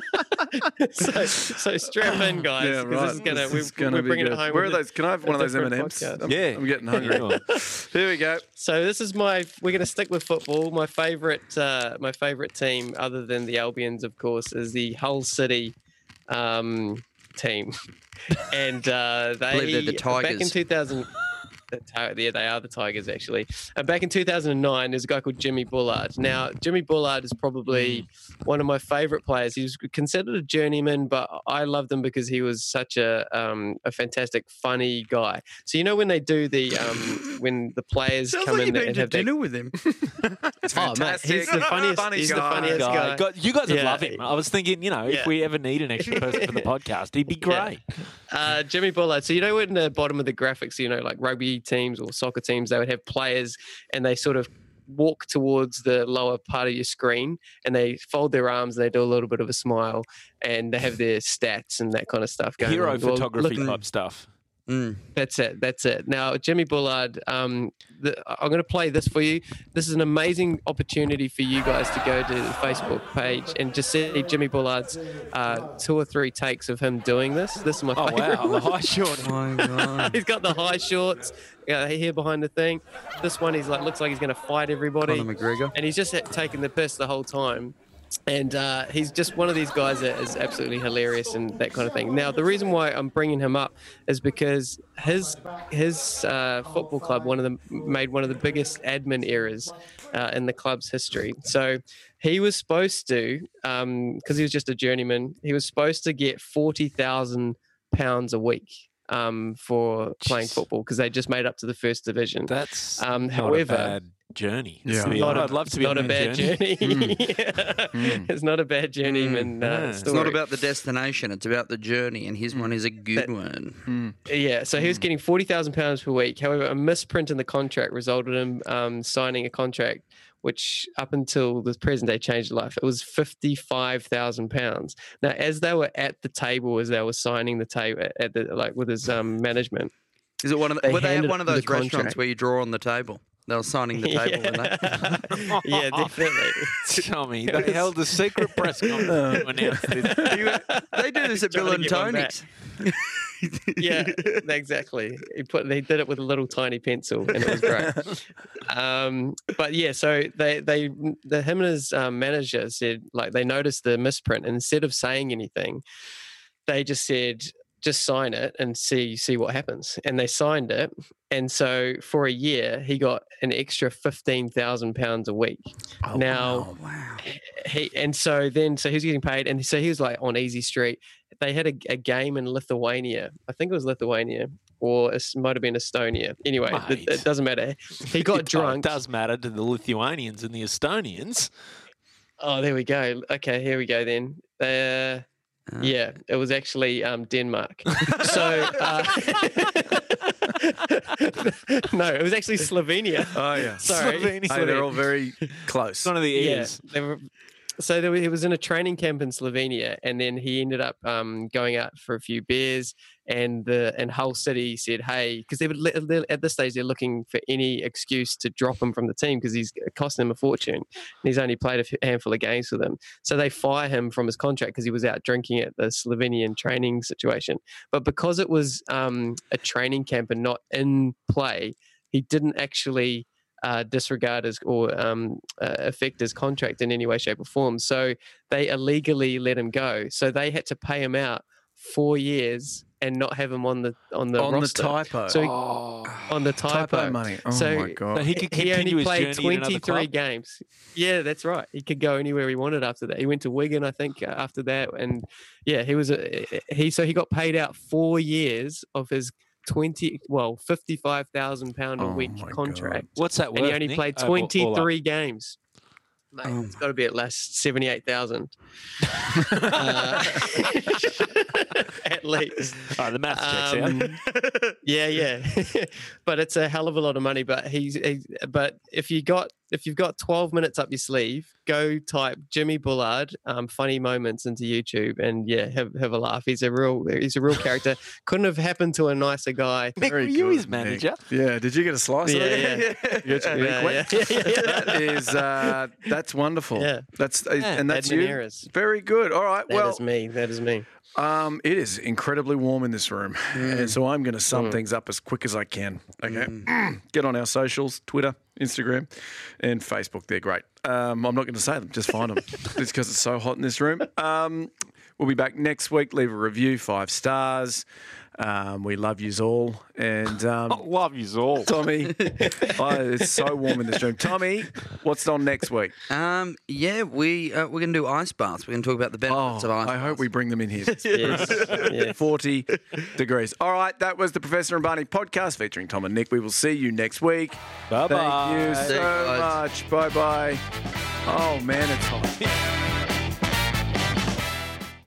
S6: so, so strap in, guys, because this is gonna, we, we're
S3: be
S6: bringing it
S3: good.
S6: home.
S3: Where are
S6: with
S3: those? Can I have
S6: a
S3: one of those M and
S6: different
S3: M's?
S6: podcast.
S4: Yeah.
S3: I'm getting hungry. Here we go.
S6: So this is my. We're going to stick with football. My favorite, uh, my favorite team, other than the Albions, of course, is the Hull City um, team, and uh, they
S5: believe they're the
S6: back in
S5: Tigers.
S6: 2000. the Ti- Yeah, they are the Tigers actually. And back in 2009, there's a guy called Jimmy Bullard. Now, Jimmy Bullard is probably one of my favorite players. He was considered a journeyman, but I loved him because he was such a um, a fantastic, funny guy. So you know when they do the um, when the players come in and have that,
S5: with him.
S3: It's
S6: Oh, mate,
S3: fantastic.
S6: he's the funniest.
S3: Funny
S6: he's
S3: guy.
S6: the funniest
S4: Guy.
S6: guy.
S4: God, you guys would
S6: Yeah.
S4: love him. I was thinking, you know, if
S6: Yeah.
S4: we ever need an extra person for the podcast, he'd be
S6: Yeah.
S4: great.
S6: Uh, Jimmy Bullard. So you know when the bottom of the graphics, you know, like rugby teams or soccer teams, they would have players and they sort of walk towards the lower part of your screen and they fold their arms and they do a little bit of a smile and they have their stats and that kind of stuff going
S4: Hero
S6: on. Well,
S4: photography
S6: look-
S4: type stuff.
S5: Mm.
S6: That's it. That's it. Now, Jimmy Bullard, um, the, I'm going to play this for you. This is an amazing opportunity for you guys to go to the Facebook page and just see Jimmy Bullard's uh, two or three takes of him doing this. This is my
S4: Oh
S6: favorite.
S4: wow, the high short.
S5: My God.
S6: He's got the high shorts, uh, hair behind the thing. This one, he's like looks like he's going to fight everybody,
S5: Conor McGregor.
S6: and he's just ha- taking the piss the whole time. And uh, he's just one of these guys that is absolutely hilarious and that kind of thing. Now, the reason why I'm bringing him up is because his his uh, football club one of the made one of the biggest admin errors uh, in the club's history. So he was supposed to, because he was just a journeyman, he was supposed to get forty thousand pounds a week um, for playing
S4: Jeez.
S6: football because they just made up to the first division.
S4: That's
S6: Um,
S4: not
S6: however-
S4: a bad journey.
S3: Yeah.
S4: To be
S6: Not a-
S4: honest. I'd love to
S6: it's
S4: be
S6: not a
S4: on that
S6: bad
S4: journey.
S6: journey. Yeah. It's not a bad journeyman uh,
S4: Mm. yeah. It's
S5: It's
S6: story. Mm.
S5: not about the destination, it's about the journey, and his one is a good one.
S6: Yeah, so
S4: Mm.
S6: he was getting forty thousand pounds per week. However, a misprint in the contract resulted in him um, signing a contract, which up until the present day changed his life. It was fifty-five thousand pounds. Now, as they were at the table, as they were signing the table at the like with his um, management,
S5: Is it one of the,
S6: They
S5: were they at
S6: handed
S5: one of
S6: him the
S5: those restaurants
S6: contract.
S5: where you draw on the table? They were signing the table, weren't they?
S6: yeah. yeah, definitely.
S4: Tommy, they held a secret press conference
S6: Uh,
S4: to announce this.
S5: They do this at
S6: Trying
S5: Bill
S6: to
S5: and
S6: get one back.
S5: Tony's.
S6: yeah, exactly. He put they did it with a little tiny pencil, and it was great. um, but yeah, so they they the him and his um, manager said like they noticed the misprint, and instead of saying anything, they just said just sign it and see see what happens. And they signed it, and so for a year he got an extra fifteen thousand pounds a week. now
S5: Oh, wow.
S6: he and so then so he was getting paid and so he was like on easy street they had a, a game in lithuania i think it was lithuania or it might have been estonia anyway it,
S4: Mate.
S6: it doesn't matter he got drunk
S4: It does matter to the Lithuanians and the Estonians.
S6: oh there we go okay here we go then uh,
S5: Uh,
S6: yeah it was actually um, denmark so uh, no it was actually slovenia
S3: Oh yeah.
S6: sorry
S4: Slovenia.
S3: Hey, they're all very close.
S4: It's none of the ears.
S6: Yeah, they were, so there, wa- he was in a training camp in Slovenia, and then he ended up um, going out for a few beers. And the and Hull City said, "Hey," because they would li- li- at this stage they're looking for any excuse to drop him from the team because he's costing them a fortune, and he's only played a f- handful of games for them. So they fire him from his contract because he was out drinking at the Slovenian training situation. But because it was um, a training camp and not in play, he didn't actually uh, disregard his or um, uh, affect his contract in any way, shape, or form. So they illegally let him go. So they had to pay him out four years and not have him on the on the
S3: on
S6: roster.
S3: the typo.
S6: So he- on the
S3: typo.
S6: typo.
S3: money. Oh
S6: So-
S3: my god.
S4: Oh, So he could
S6: He
S4: continue
S6: only played
S4: his journey in another
S6: 23
S4: club.
S6: games. Yeah, that's right. He could go anywhere he wanted after that. He went to Wigan, I think, uh, after that, and yeah, he was a, he. So he got paid out four years of his twenty, well, fifty five thousand pound a
S3: Oh
S6: week
S3: my God.
S6: contract,
S4: What's that worth?
S6: and he only
S4: Nick?
S6: played
S4: Oh, all- all up.
S6: twenty three games. Mate,
S5: Oh
S6: it's got to be at least seventy eight thousand. uh, at least.
S4: Oh, the math checks out.
S6: Um, yeah, yeah, but it's a hell of a lot of money. But he's, he, but if you got if you've got twelve minutes up your sleeve, go type Jimmy Bullard um, funny moments into YouTube, and yeah, have have a laugh. He's a real he's a real character. Couldn't have happened to a nicer guy.
S4: Nick, were
S3: Very
S4: you
S3: good,
S4: his
S3: Nick.
S4: manager?
S3: Yeah. Did you get a slice?
S6: Yeah,
S3: of it?
S6: yeah.
S3: You got your
S6: Yeah,
S3: beak wet?
S6: yeah, yeah, yeah.
S3: That is uh, that's wonderful.
S6: Yeah.
S3: That's uh,
S4: Yeah,
S3: and that's
S6: Edmund
S3: you.
S6: Harris.
S3: Very good. All right.
S6: That is
S3: well,
S6: me. That is me.
S3: Um, it is incredibly warm in this room, and so I'm going to sum things up as quick as I can. Okay, get on our socials: Twitter, Instagram, and Facebook. They're great. Um, I'm not going to say them; just find them. it's because it's so hot in this room. Um, we'll be back next week. Leave a review, five stars. Um, we love yous all, and um,
S4: Love you all.
S3: Tommy, oh, it's so warm in this room. Tommy, what's on next week?
S5: Um, yeah, we uh, we're gonna do ice baths. We're gonna talk about the benefits
S3: Oh,
S5: of ice.
S3: I hope we bring them in here.
S6: Yes. yeah.
S3: 40 degrees. All right, that was the Professor and Barney podcast featuring Tom and Nick. We will see you next week.
S4: Bye bye.
S3: Thank you
S5: See you
S3: so
S5: guys.
S3: much. Bye bye. Oh, man, it's hot.